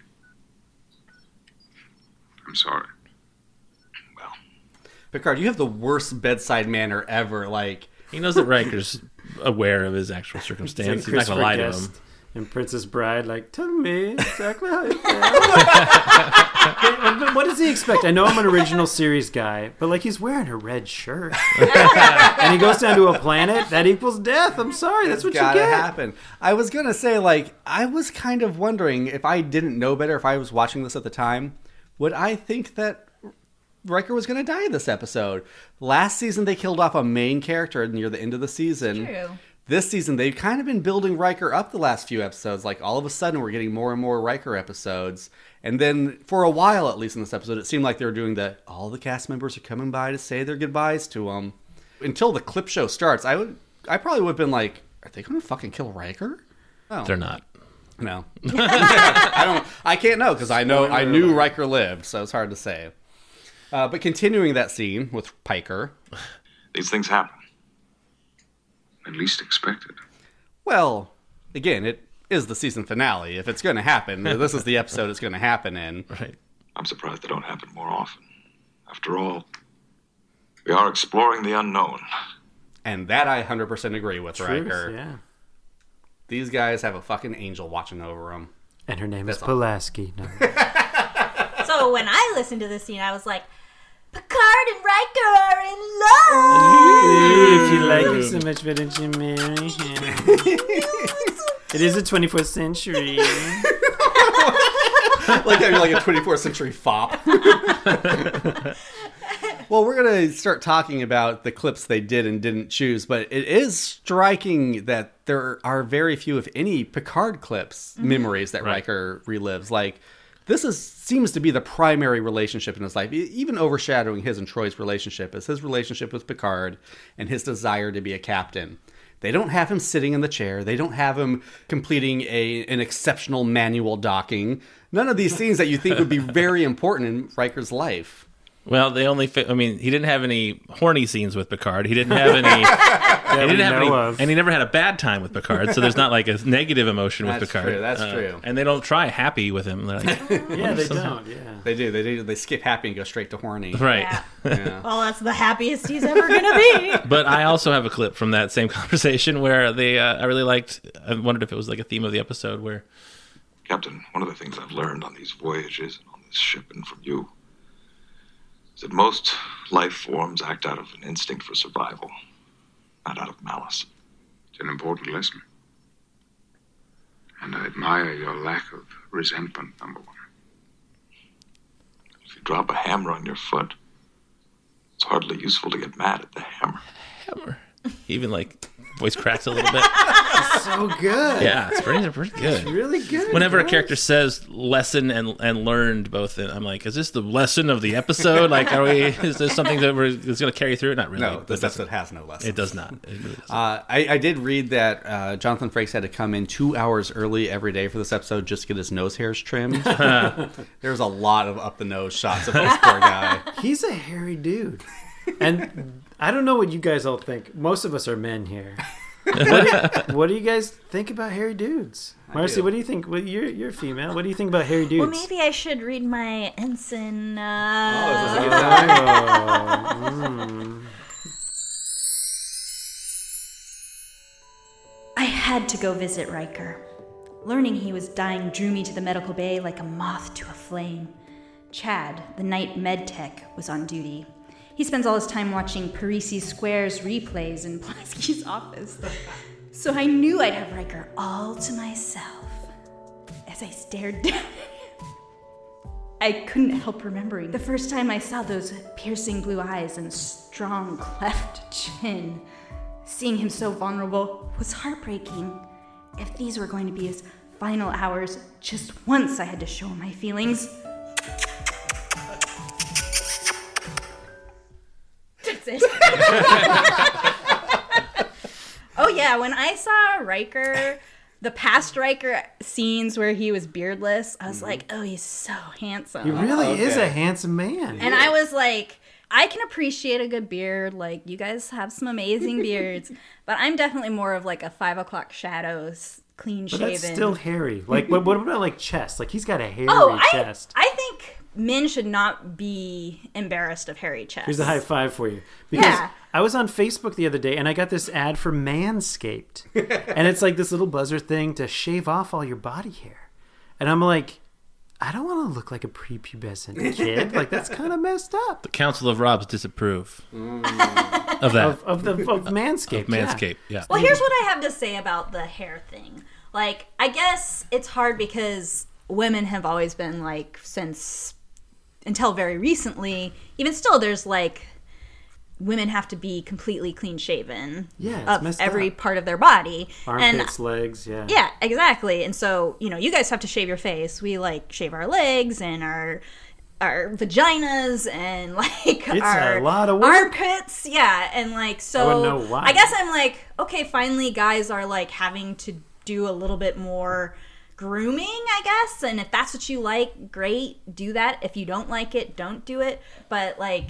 Speaker 8: I'm sorry. Well,
Speaker 3: Picard, you have the worst bedside manner ever. Like,
Speaker 2: he knows that Riker's aware of his actual circumstance. He's not
Speaker 5: Christopher
Speaker 2: gonna lie to him.
Speaker 5: Guest And Princess Bride, like, tell me exactly how you feel. And- and what does he expect? I know I'm an original series guy, but like he's wearing a red shirt, and he goes down to a planet that equals death. I'm sorry, that's what you
Speaker 3: gotta
Speaker 5: get.
Speaker 3: happen. I was gonna say, like, I was kind of wondering if I didn't know better, if I was watching this at the time, would I think that Riker was gonna die this episode? Last season, they killed off a main character near the end of the season.
Speaker 4: True.
Speaker 3: This season, they've kind of been building Riker up the last few episodes. Like, all of a sudden, we're getting more and more Riker episodes. And then, for a while, at least in this episode, it seemed like they were doing the all the cast members are coming by to say their goodbyes to him. Until the clip show starts, I would, I probably would have been like, are they going to fucking kill Riker?
Speaker 2: They're not.
Speaker 3: No, I don't. I can't know because I know I knew Riker lived, so it's hard to say. Uh, but continuing that scene with Piker,
Speaker 8: these things happen. At least expected.
Speaker 3: well, again, it is the season finale. If it's going to happen, this is the episode it's going to happen in.
Speaker 2: Right.
Speaker 8: I'm surprised they don't happen more often. After all, we are exploring the unknown.
Speaker 3: And that I 100% agree with Riker.
Speaker 5: Yeah.
Speaker 3: These guys have a fucking angel watching over them.
Speaker 5: And her name is Pulaski. No.
Speaker 4: So when I listened to this scene, I was like, Picard and Riker are in love.
Speaker 5: if you like it so much, why don't you marry him? it is the 24th century.
Speaker 3: like that you're like a 24th century fop. well, we're gonna start talking about the clips they did and didn't choose, but it is striking that there are very few, if any, Picard clips memories that Riker relives. Like this is seems to be the primary relationship in his life, e- even overshadowing his and Troy's relationship, is his relationship with Picard and his desire to be a captain. They don't have him sitting in the chair. They don't have him completing a an exceptional manual docking. None of these things that you think would be very important in Riker's life.
Speaker 2: Well, they only. Fi- I mean, he didn't have any horny scenes with Picard. He didn't have any. he
Speaker 5: we
Speaker 2: didn't have
Speaker 5: know
Speaker 2: any,
Speaker 5: of.
Speaker 2: and he never had a bad time with Picard. So there's not like a negative emotion with
Speaker 3: That's
Speaker 2: Picard. Uh,
Speaker 3: true, that's true.
Speaker 2: And they don't try happy with him. They're like,
Speaker 5: yeah, they don't. Yeah.
Speaker 3: They do. They do. They skip happy and go straight to horny.
Speaker 2: right.
Speaker 4: Yeah. Well, that's the happiest he's ever gonna be.
Speaker 2: But I also have a clip from that same conversation where they. Uh, I really liked. I wondered if it was like a theme of the episode where
Speaker 8: Captain, one of the things I've learned on these voyages and on this ship and from you is that most life forms act out of an instinct for survival, not out of malice.
Speaker 6: It's an important lesson. And I admire your lack of resentment, number one.
Speaker 8: If you drop a hammer on your foot, it's hardly useful to get mad at the hammer.
Speaker 2: Hammer. Even like voice cracks a little bit.
Speaker 5: So good.
Speaker 2: Yeah, it's pretty, pretty good.
Speaker 5: Really good.
Speaker 2: Whenever a
Speaker 5: guys.
Speaker 2: character says lesson and and learned both, I'm like, is this the lesson of the episode? Like, are we? Is this something that we're that's going to carry through? Not really.
Speaker 3: No,
Speaker 2: but
Speaker 3: this episode has no lesson.
Speaker 2: it does not. It really doesn't.
Speaker 3: Uh, I, I did read that uh, Jonathan Frakes had to come in two hours early every day for this episode just to get his nose hairs trimmed. There's a lot of up the nose shots of this poor guy.
Speaker 5: He's a hairy dude. And I don't know what you guys all think. Most of us are men here. What do, what do you guys think about hairy dudes? Marcy,
Speaker 3: do.
Speaker 5: what do you think? Well, you're you're female. What do you think about hairy
Speaker 4: Well,
Speaker 5: dudes?
Speaker 4: maybe I should read my ensign.
Speaker 3: Oh,
Speaker 4: Uh,
Speaker 3: is this a good time?
Speaker 4: I had to go visit Riker. Learning he was dying drew me to the medical bay like a moth to a flame. Chad, the night med tech, was on duty. He spends all his time watching Parisi Square's replays in Plasky's office. So I knew I'd have Riker all to myself. As as I stared down. I couldn't help remembering the first time I saw those piercing blue eyes and strong cleft chin. Seeing him so vulnerable was heartbreaking. If these were going to be his final hours, just once I had to show him my feelings. That's it. oh yeah, when I saw Riker, the past Riker scenes where he was beardless, I was like, oh, he's so handsome.
Speaker 5: He Mm-hmm. really is
Speaker 3: okay.
Speaker 5: a handsome man.
Speaker 4: And I was like, I can appreciate a good beard. Like, you guys have some amazing beards, but I'm definitely more of like a five o'clock shadows, clean
Speaker 5: But
Speaker 4: shaven.
Speaker 5: that's still hairy. Like, what, what about like chest? Like, he's got a hairy
Speaker 4: oh, I,
Speaker 5: chest.
Speaker 4: I think men should not be embarrassed of hairy chests.
Speaker 5: Here's a high five for you. Because
Speaker 4: Yeah.
Speaker 5: I was on Facebook the other day and I got this ad for Manscaped. and it's like this little buzzer thing to shave off all your body hair. And I'm like, I don't want to look like a prepubescent kid. Like, that's kind of messed up.
Speaker 2: Council of Robs disapprove of that. Of,
Speaker 5: Of the of Manscaped. yeah.
Speaker 2: Manscaped, yeah.
Speaker 4: Well, here's what I have to say about the hair thing. Like, I guess it's hard because women have always been like, since until very recently, even still, there's like women have to be completely clean shaven
Speaker 5: Yeah, it's
Speaker 4: of
Speaker 5: messed
Speaker 4: every
Speaker 5: up.
Speaker 4: part of their body. and uh,
Speaker 5: Armpits, legs, yeah.
Speaker 4: yeah, exactly. And so, you know, you guys have to shave your face. We like shave our legs and our our vaginas and like
Speaker 5: a
Speaker 4: our
Speaker 5: lot of work.
Speaker 4: armpits. Yeah, and like so
Speaker 5: know why.
Speaker 4: I guess I'm like, okay, finally guys are like having to do a little bit more grooming, I guess. And if that's what you like, great, do that. If you don't like it, don't do it. But like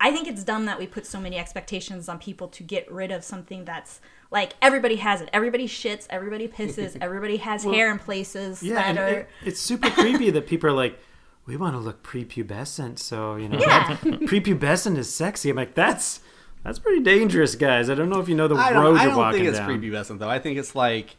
Speaker 4: I think it's dumb that we put so many expectations on people to get rid of something that's like everybody has it. Everybody shits, everybody pisses, everybody has hair in places
Speaker 5: Yeah,
Speaker 4: that
Speaker 5: and
Speaker 4: are
Speaker 5: it- it's super creepy that people are like, we want to look prepubescent, so you know,
Speaker 4: Yeah.
Speaker 5: that's- prepubescent is sexy. I'm like, that's that's pretty dangerous, guys. I don't know if you know the
Speaker 3: I
Speaker 5: road
Speaker 3: don't, I
Speaker 5: you're
Speaker 3: don't
Speaker 5: walking
Speaker 3: think it's
Speaker 5: down.
Speaker 3: prepubescent though. I think it's like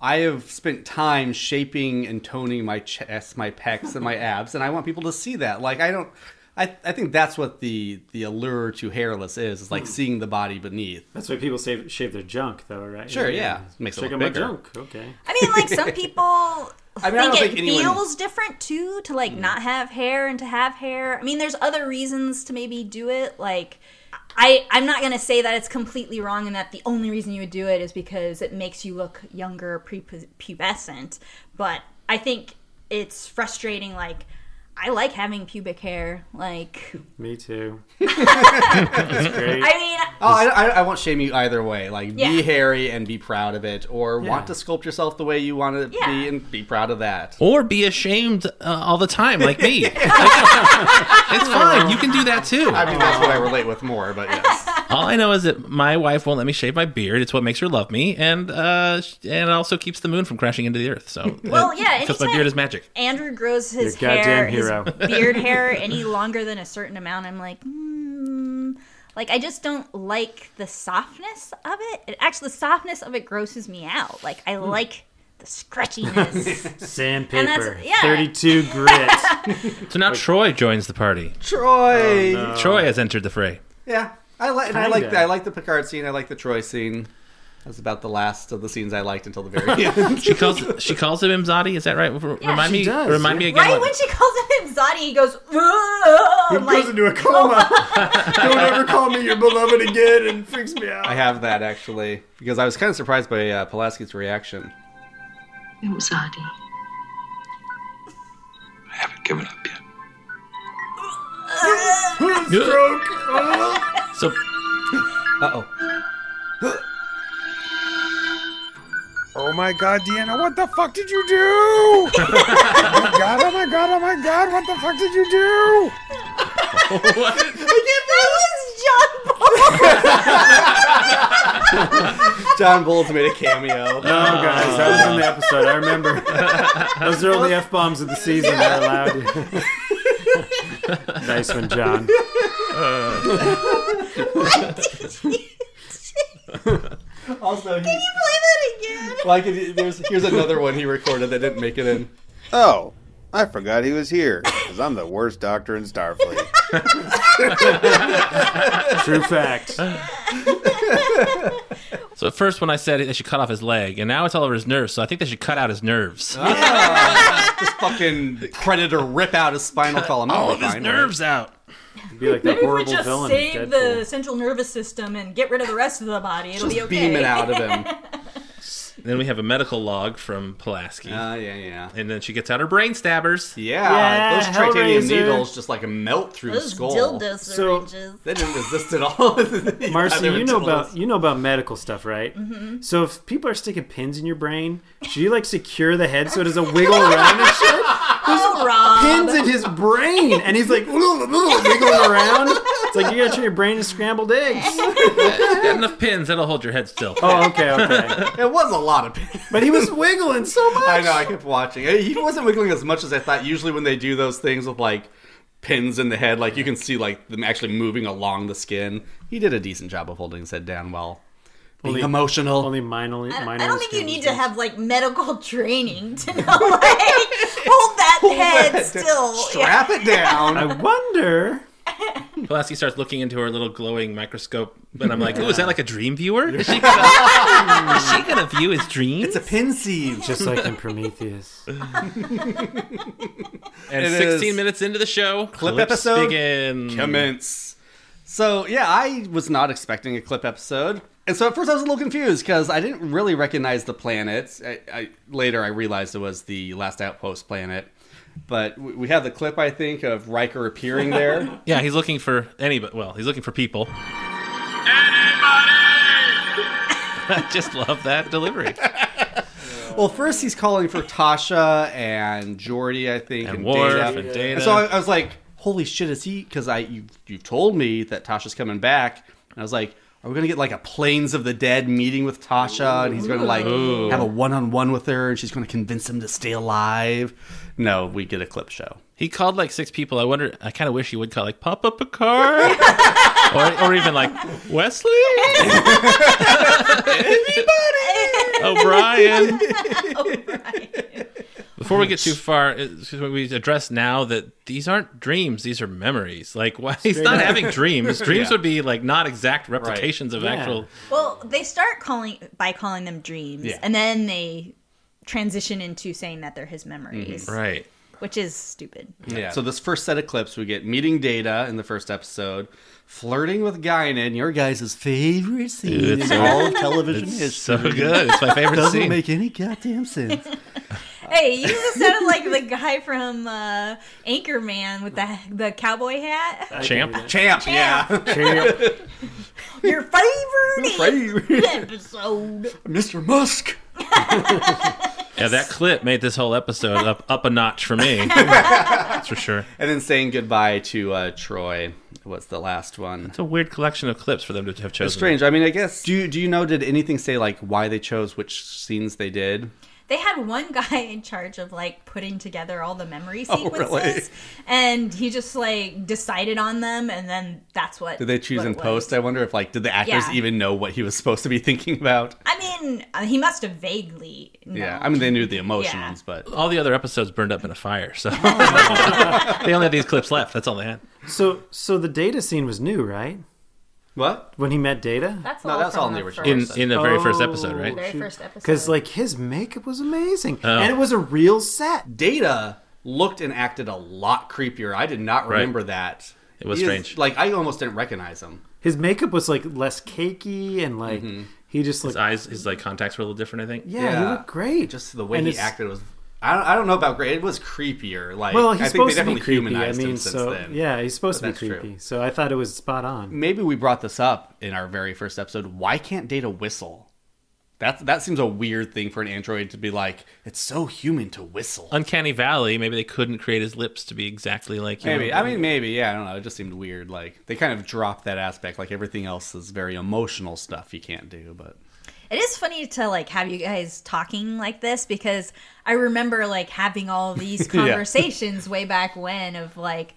Speaker 3: I have spent time shaping and toning my chest, my pecs, and my abs, and I want people to see that. Like I don't. I, I think that's what the the allure to hairless is. It's like
Speaker 2: Hmm.
Speaker 3: seeing the body beneath.
Speaker 5: That's why people save, shave their junk, though, right?
Speaker 3: Sure, yeah. Makes it
Speaker 5: Check
Speaker 3: look
Speaker 5: out my
Speaker 3: bigger.
Speaker 5: junk. Okay.
Speaker 4: I mean, like some people
Speaker 3: I mean, I
Speaker 4: think
Speaker 3: don't
Speaker 4: it
Speaker 3: think anyone- Mm.
Speaker 4: feels different too to like not have hair and to have hair. I mean, there's other reasons to maybe do it. Like, I I'm not gonna say that it's completely wrong and that the only reason you would do it is because it makes you look younger, prepubescent. But I think it's frustrating. Like, I like having pubic hair. Like,
Speaker 5: Me too. that's great.
Speaker 4: I mean,
Speaker 3: Oh, I, I, I won't shame you either way. Like
Speaker 4: Yeah.
Speaker 3: be hairy and be proud of it, or
Speaker 5: Yeah.
Speaker 3: want to sculpt yourself the way you want to
Speaker 4: Yeah.
Speaker 3: be and be proud of that.
Speaker 2: or be ashamed uh, all the time, like me. Like, it's fine. You can do that too.
Speaker 3: I mean, that's what I relate with more. But
Speaker 4: Oh,
Speaker 3: yes,
Speaker 2: All I know is that my wife won't let me shave my beard. It's what makes her love me, and uh, sh- and it also keeps the moon from crashing into the earth. So,
Speaker 4: Well, yeah,
Speaker 2: because my
Speaker 4: anytime-
Speaker 2: beard is magic.
Speaker 4: Andrew grows his
Speaker 5: You're a goddamn
Speaker 4: hair, his
Speaker 5: hero.
Speaker 4: beard hair, any longer than a certain amount. I'm like, mm, like I just don't like the softness of it. it. Actually, the softness of it grosses me out. Like I like the scratchiness.
Speaker 5: Sandpaper.
Speaker 4: yeah.
Speaker 5: 32 grit.
Speaker 2: So now Troy joins the party.
Speaker 3: Troy.
Speaker 2: Troy has entered the fray.
Speaker 3: Yeah, I like. I like.
Speaker 5: Kinda.
Speaker 3: The, I like the Picard scene. I like the Troy scene. That was about the last of the scenes I liked until the very end.
Speaker 2: She calls she calls him Imzadi. Is that right? R- remind
Speaker 5: she
Speaker 2: me.
Speaker 5: does,
Speaker 2: remind
Speaker 5: yeah.
Speaker 2: me again.
Speaker 4: right
Speaker 2: what-
Speaker 4: when she calls him Zadi, he goes, "Ugh," I'm like,
Speaker 5: a coma.
Speaker 10: Oh,
Speaker 5: don't ever call me your beloved again and freaks me out.
Speaker 3: I have that actually because I was kind of surprised by uh, Pulaski's reaction.
Speaker 9: Umzadi.
Speaker 8: I haven't given up yet.
Speaker 2: so
Speaker 3: Uh oh.
Speaker 11: Oh my god, Deanna, what the fuck did you do? oh my god, oh my god, oh my god, what the fuck did you do?
Speaker 4: "That was John Paul."
Speaker 3: John Bolles made a cameo.
Speaker 5: Oh, guys, that was in the episode. I remember. Those are only f bombs of the season that are allowed. nice one, John.
Speaker 3: Also, he,
Speaker 4: Play that again.
Speaker 3: like it- there's here's another one he recorded that didn't make it in.
Speaker 11: Oh, I forgot he was here, because I'm the worst doctor in Starfleet.
Speaker 5: True fact.
Speaker 2: So at first, when I said they should cut off his leg, and now it's all over his nerves. So I think they should cut out his nerves.
Speaker 3: Just fucking predator rip out his spinal column.
Speaker 2: all of his nerves out.
Speaker 5: Be like that
Speaker 10: Maybe if we
Speaker 5: horrible
Speaker 10: just
Speaker 5: villain. in
Speaker 10: save the central nervous system and get rid of the rest of the body, it'll be
Speaker 3: Just
Speaker 10: okay.
Speaker 3: beam it out of him.
Speaker 2: Then we have a medical log from Pulaski,
Speaker 3: Ah, yeah, yeah.
Speaker 2: and then she gets out her brain stabbers.
Speaker 3: Yeah,
Speaker 5: Yeah,
Speaker 3: those titanium
Speaker 5: Hellraiser.
Speaker 3: needles just like melt through the
Speaker 4: Those
Speaker 3: skull.
Speaker 4: dildos
Speaker 5: So-
Speaker 4: syringes.
Speaker 3: They didn't resist at all.
Speaker 5: Marcy, you know about you know about medical stuff, right?
Speaker 10: Mm-hmm.
Speaker 5: So if people are sticking pins in your brain, should you like secure the head so it doesn't wiggle around and shit?
Speaker 10: Oh, Rob.
Speaker 5: Pins in his brain, and he's like wiggling around. It's like you gotta turn your brain to scrambled eggs.
Speaker 2: Got enough pins that'll hold your head still.
Speaker 5: Oh, okay, okay.
Speaker 3: It was a lot of pain.
Speaker 5: But he was wiggling so much.
Speaker 3: I know. I kept watching. Eh, He wasn't wiggling as much as I thought. Usually, when they do those things with like pins in the head, like you can see like them actually moving along the skin. He did a decent job of holding his head down well. Being
Speaker 5: Only-
Speaker 3: emotional.
Speaker 5: Only minorly.
Speaker 10: I
Speaker 5: minorly
Speaker 10: don't think you
Speaker 5: scrambled
Speaker 10: need to
Speaker 5: eggs.
Speaker 10: have like medical training to know like hold that head
Speaker 3: that-
Speaker 10: still. Yeah.
Speaker 3: Strap it down.
Speaker 5: I wonder.
Speaker 2: Pulaski starts looking into her little glowing microscope, and I'm like, "Ooh, is that like a dream viewer? Is she gonna, is she gonna view his dreams?"
Speaker 3: it's a pin sieve.
Speaker 5: Just like in Prometheus.
Speaker 2: and
Speaker 3: it
Speaker 2: 16
Speaker 3: is.
Speaker 2: minutes into the show, clip
Speaker 3: episode
Speaker 2: begin.
Speaker 3: commence. So yeah, I was not expecting a clip episode, and so at first I was a little confused because I didn't really recognize the planets. I, I, later I realized it was the Last Outpost planet, but we, we have the clip I think of Riker appearing there.
Speaker 2: Yeah, he's looking for any, well, he's looking for people. I just love that delivery.
Speaker 3: well, first he's calling for Tasha and Jordy, I think,
Speaker 2: And
Speaker 3: and,
Speaker 2: Worf
Speaker 3: Data.
Speaker 2: and Data.
Speaker 3: And so I, I was like, "Holy shit, is he?" Because I you you've told me that Tasha's coming back, and I was like, "Are we gonna get like a Planes of the Dead meeting with Tasha?" And he's gonna like have a one-on-one with her, and she's gonna convince him to stay alive. No, we get a clip show.
Speaker 2: He called like six people. I wonder. I kind of wish he would call like Papa Picard, or or even like Wesley, O'Brien. Before we get too far, it's- we address now that these aren't dreams; these are memories. Like, why he's not having dreams? Dreams would be like not exact replications of
Speaker 5: Yeah.
Speaker 2: actual.
Speaker 4: Well, they start calling by calling them dreams,
Speaker 3: Yeah.
Speaker 4: and then they transition into saying that they're his memories,
Speaker 2: Mm-hmm. Right.
Speaker 4: which is stupid.
Speaker 3: Yeah. So this first set of clips, we get meeting Data in the first episode, flirting with Guinan, your guys' favorite scene
Speaker 2: Dude, it's
Speaker 3: in
Speaker 2: so-
Speaker 3: all of television
Speaker 2: It's
Speaker 3: history.
Speaker 2: so good. It's my favorite
Speaker 3: Doesn't
Speaker 2: scene.
Speaker 3: make any goddamn sense.
Speaker 4: Hey, you just sounded like the guy from uh, Anchorman with the the cowboy hat.
Speaker 2: Champ.
Speaker 3: Champ, yeah.
Speaker 4: Your favorite
Speaker 3: Right.
Speaker 4: episode.
Speaker 3: Mr. Musk.
Speaker 2: Yeah, that clip made this whole episode up up a notch for me. That's for sure.
Speaker 3: And then saying goodbye to uh, Troy was the last one.
Speaker 2: It's a weird collection of clips for them to have chosen.
Speaker 3: It's strange. I mean, I guess. Do you, do you know? Did anything say like why they chose which scenes they did?
Speaker 4: They had one guy in charge of like putting together all the memory sequences,
Speaker 3: Oh, really?
Speaker 4: and he just like decided on them, and then that's what
Speaker 3: Did they choose
Speaker 4: what
Speaker 3: in
Speaker 4: it was.
Speaker 3: post? I wonder if like did the actors
Speaker 4: Yeah.
Speaker 3: even know what he was supposed to be thinking about?
Speaker 4: I mean, uh, he must have vaguely. Known.
Speaker 3: Yeah. I mean, they knew the emotions, but
Speaker 2: all the other episodes burned up in a fire, so they only had these clips left. That's all they had.
Speaker 5: So, so the data scene was new, right?
Speaker 3: what?
Speaker 5: When he met Data,
Speaker 10: That's
Speaker 3: No,
Speaker 10: all
Speaker 3: that's
Speaker 10: from
Speaker 3: all in
Speaker 10: the
Speaker 3: the original.
Speaker 2: In in the very first episode,
Speaker 5: Oh,
Speaker 2: right? Oh.
Speaker 10: very
Speaker 5: shoot.
Speaker 10: first episode.
Speaker 5: Because like his makeup was amazing, and it was a real set.
Speaker 3: Data looked and acted a lot creepier. I did not remember that. It
Speaker 2: was strange.
Speaker 3: like I almost didn't recognize him.
Speaker 5: His makeup was like less cakey, and like he just
Speaker 2: Mm-hmm. His
Speaker 5: looked.
Speaker 2: eyes, his like contacts were a little different. I think.
Speaker 5: yeah, he
Speaker 3: Yeah.
Speaker 5: looked great.
Speaker 3: Just the way
Speaker 5: And
Speaker 3: he
Speaker 5: it's-
Speaker 3: acted was. I don't, I don't know about great. It was creepier. Like
Speaker 5: Well, he's
Speaker 3: I think they
Speaker 5: supposed to
Speaker 3: definitely
Speaker 5: be creepy. I
Speaker 3: humanized
Speaker 5: mean,
Speaker 3: him since
Speaker 5: so
Speaker 3: then.
Speaker 5: yeah, he's supposed
Speaker 3: But
Speaker 5: to be
Speaker 3: that's true.
Speaker 5: creepy. So I thought it was spot on.
Speaker 3: maybe we brought this up in our very first episode. Why can't Data whistle? That that seems a weird thing for an android to be like. It's so human to whistle.
Speaker 5: Uh,
Speaker 2: Uncanny Valley. Maybe they couldn't create his lips to be exactly like him.
Speaker 3: Maybe I mean maybe yeah I don't know. It just seemed weird. Like they kind of dropped that aspect. Like everything else is very emotional stuff you can't do. But
Speaker 4: It is funny to like have you guys talking like this because I remember like having all these conversations way back when of like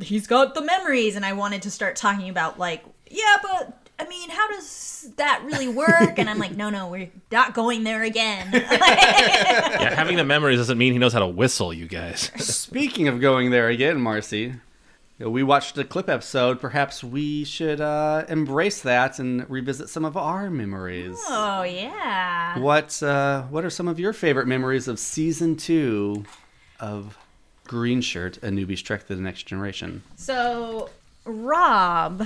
Speaker 4: he's got the memories and I wanted to start talking about like yeah but I mean how does that really work and I'm like no no we're not going there again.
Speaker 2: yeah, having the memories doesn't mean he knows how to whistle. You guys.
Speaker 3: speaking of going there again, Marcy, we watched a clip episode. Perhaps we should uh, embrace that and revisit some of our memories.
Speaker 4: Oh yeah.
Speaker 3: What uh, What are some of your favorite memories of season two of Green Shirt, A Newbie's Trek to the Next Generation?
Speaker 4: So Rob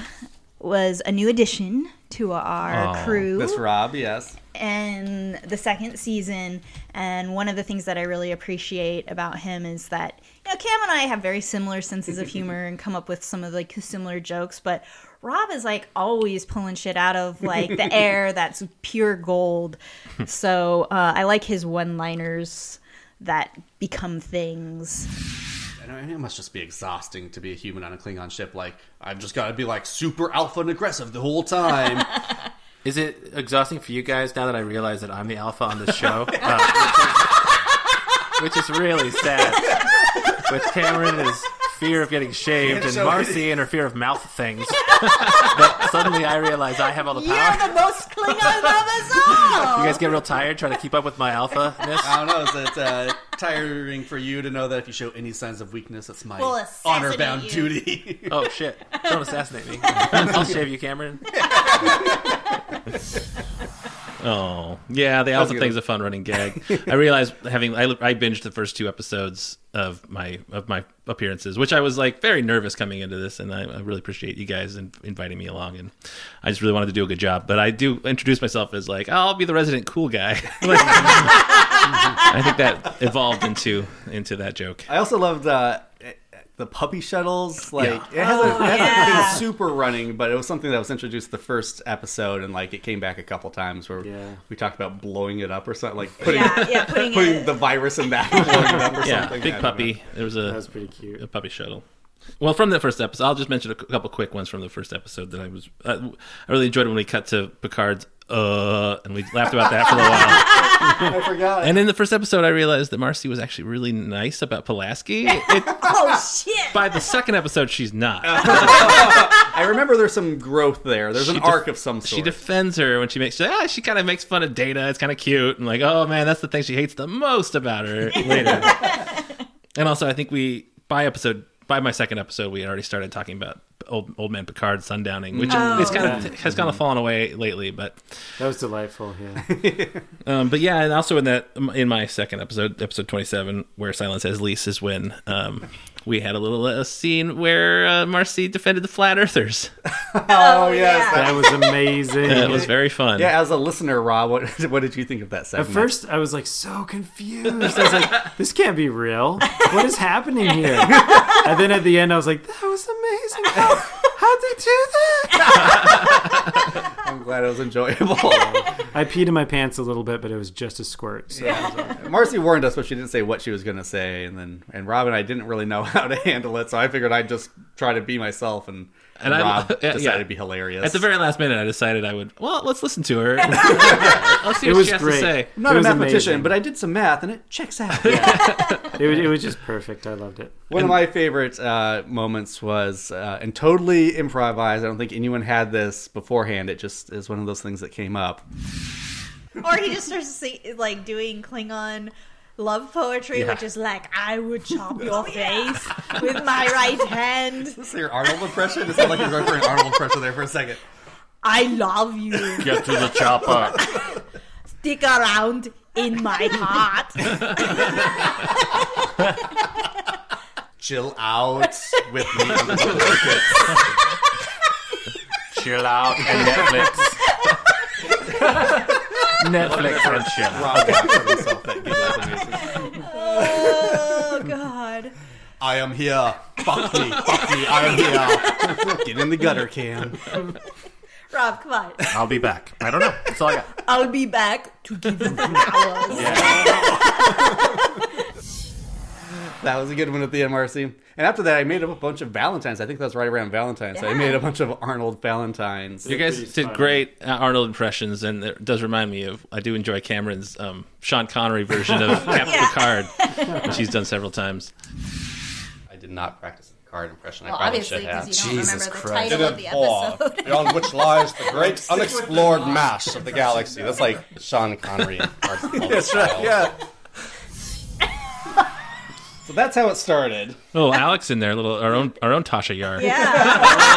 Speaker 4: was a new addition to our crew.
Speaker 3: Miss Rob, yes.
Speaker 4: in the second season. And one of the things that I really appreciate about him is that you know Cam and I have very similar senses of humor and come up with some of like similar jokes, but Rob is like always pulling shit out of like the air that's pure gold. So uh, I like his one-liners that become things.
Speaker 3: I know it must just be exhausting to be a human on a Klingon ship. Like I've just got to be like super alpha and aggressive the whole time.
Speaker 12: Is it exhausting for you guys now that I realize that I'm the alpha on this show? Uh, which, is, which is really sad. With Cameron is fear of getting shaved and
Speaker 10: So-
Speaker 12: Marcy and her fear of mouth things. but suddenly I realize I have all the power.
Speaker 10: You're the most Klingon of us all.
Speaker 12: You guys get real tired trying to keep up with my alpha.
Speaker 3: I don't know. Is it uh, tiring for you to know that if you show any signs of weakness, it's my
Speaker 12: We'll assassinate
Speaker 3: honor-bound
Speaker 12: you.
Speaker 3: duty?
Speaker 12: Oh shit! Don't assassinate me. I'll shave you, Cameron.
Speaker 2: Oh yeah, the
Speaker 12: That was
Speaker 2: Alpha
Speaker 12: good.
Speaker 2: thing's a fun running gag. I realized having I, I binged the first two episodes of my of my appearances, which I was like very nervous coming into this, and I, I really appreciate you guys in, inviting me along, and I just really wanted to do a good job. But I do introduce myself as like "Oh, I'll be the resident cool guy. Like, I think that evolved into into that joke.
Speaker 3: I also loved uh, the puppy shuttles. Like
Speaker 2: Yeah.
Speaker 3: it hasn't,
Speaker 2: Oh,
Speaker 3: it hasn't
Speaker 2: yeah.
Speaker 3: been super running, but it was something that was introduced the first episode, and like it came back a couple times where we talked about blowing it up or something, like putting
Speaker 10: putting
Speaker 3: the virus in that, and blowing it up or
Speaker 2: yeah,
Speaker 3: something.
Speaker 2: big
Speaker 3: I don't know.
Speaker 2: puppy. There was a
Speaker 3: That
Speaker 5: was pretty cute.
Speaker 2: A puppy shuttle. Well, from the first episode, I'll just mention a c- couple quick ones from the first episode that I was. I, I really enjoyed when we cut to Picard's uh, and we laughed about that for a while.
Speaker 3: I forgot.
Speaker 2: And in the first episode, I realized that Marcy was actually really nice about Pulaski. It,
Speaker 10: oh shit!
Speaker 2: by the second episode, she's not.
Speaker 3: I remember there's some growth there. There's
Speaker 2: She
Speaker 3: an
Speaker 2: def-
Speaker 3: arc of some
Speaker 2: She
Speaker 3: sort.
Speaker 2: defends her when she makes. She's like, ah, she kind of makes fun of Data. It's kind of cute, and like, oh man, that's the thing she hates the most about her later. and also, I think we by episode by my second episode, we had already started talking about old old man Picard sundowning, which
Speaker 5: Oh,
Speaker 2: is kind of
Speaker 5: yeah.
Speaker 2: has kind of fallen away lately. But
Speaker 5: That was delightful. Yeah.
Speaker 2: um, but yeah, and also in that in my second episode, episode twenty seven, where silence has lease is when um, we had a little uh, scene where uh, Marcy defended the flat earthers.
Speaker 3: oh yes,
Speaker 5: That was amazing.
Speaker 2: That was very fun.
Speaker 3: Yeah, as a listener, Rob, what, what did you think of that
Speaker 5: At
Speaker 3: segment?
Speaker 5: first, I was like so confused. I was like, "This can't be real. What is happening here?" And then at the end, I was like, "That was amazing. How, how'd they do that?"
Speaker 3: I'm glad it was enjoyable.
Speaker 5: I peed in my pants a little bit, but it was just a squirt. So.
Speaker 3: Marcy warned us, but she didn't say what she was going to say, and then and Rob and I didn't really know how to handle it, so I figured I'd just try to be myself, and,
Speaker 2: And I-
Speaker 3: Rob
Speaker 2: yeah,
Speaker 3: decided
Speaker 2: yeah.
Speaker 3: to be hilarious.
Speaker 2: At the very last minute, I decided I would. Well, let's listen to her. let's see
Speaker 5: It
Speaker 2: what
Speaker 5: was
Speaker 2: she has
Speaker 5: great.
Speaker 2: to say.
Speaker 3: I'm not
Speaker 5: It
Speaker 3: a
Speaker 5: was
Speaker 3: mathematician,
Speaker 5: amazing.
Speaker 3: but I did some math, and it checks out.
Speaker 5: It was, it was just perfect. I loved it.
Speaker 3: One of my favorite uh, moments was, uh, and totally improvised. I don't think anyone had this beforehand. It just is one of those things that came up.
Speaker 10: or he just starts sing, like doing Klingon love poetry,
Speaker 3: Yeah.
Speaker 10: which is like, "I would chop your face with my right hand.
Speaker 3: Is your Arnold impression? It sounded like you're going for an Arnold impression there for a second.
Speaker 10: I love you.
Speaker 12: Get to the chopper.
Speaker 10: Stick around in my heart."
Speaker 3: Chill out with me.
Speaker 12: Chill out and Netflix. Netflix and chill.
Speaker 3: Rob captured himself. That was amazing.
Speaker 10: oh God.
Speaker 3: I am here. Fuck me. Fuck me. I am here. Get in the gutter, Cam.
Speaker 10: Rob, come on.
Speaker 12: I'll be back. I don't know. That's all I got.
Speaker 10: I'll be back to give you flowers.
Speaker 3: That was a good one at the MRC. And after that, I made up a bunch of Valentines. I think that's right around Valentine's. I made a bunch of Arnold Valentines.
Speaker 2: You guys did great uh, Arnold impressions, and it does remind me of. I do enjoy Cameron's um, Sean Connery version of Captain
Speaker 10: Yeah.
Speaker 2: Picard, which she's done several times.
Speaker 3: I did not practice the card impression.
Speaker 10: I Well, probably obviously, should 'cause have. you don't remember Jesus the Christ. title of the episode.
Speaker 13: beyond which lies the great
Speaker 10: Stick with the
Speaker 13: unexplored
Speaker 10: plot.
Speaker 13: mass of the galaxy. That's like Sean Connery.
Speaker 3: That's right, yeah. So that's how it started.
Speaker 2: Oh, Alex in there, little our own our own Tasha Yar.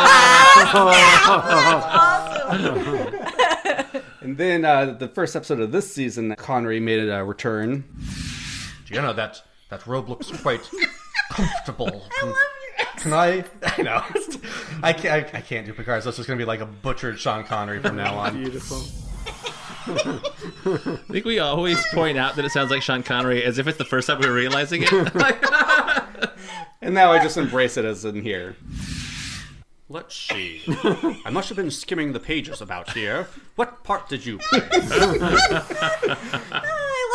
Speaker 3: And then uh, the first episode of this season, Connery made a return.
Speaker 13: You know that that robe looks quite comfortable. I love your Can I? I know. I can't. I, I can't do Picard's. This is going to be like a butchered Sean Connery from now on.
Speaker 5: Beautiful.
Speaker 2: I think we always point out that it sounds like Sean Connery as if it's the first time we're realizing it.
Speaker 3: And now I just embrace it as in here.
Speaker 7: Let's see. I must have been skimming the pages about here. What part did you play?
Speaker 10: I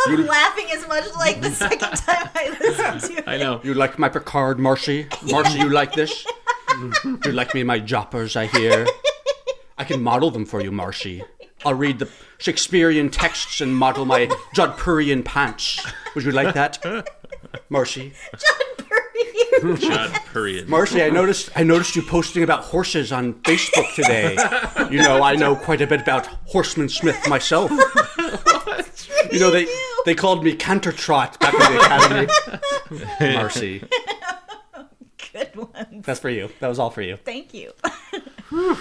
Speaker 10: love laughing as much like the second time I listened to it.
Speaker 2: I know.
Speaker 7: You like my Picard, Marshy? Marshy, you like this? you like me and my joppers, I hear. I can model them for you, Marshy. I'll read the Shakespearean texts and model my Jodhpurian pants. Would you like that, Marshy?
Speaker 2: John Period.
Speaker 7: Marcy, I noticed I noticed you posting about horses on Facebook today. You know, I know quite a bit about Horseman Smith myself. You know, they they called me Canter Trot back in the academy. Marcy,
Speaker 4: Good ones.
Speaker 7: that's for you. That was all for you.
Speaker 4: Thank you.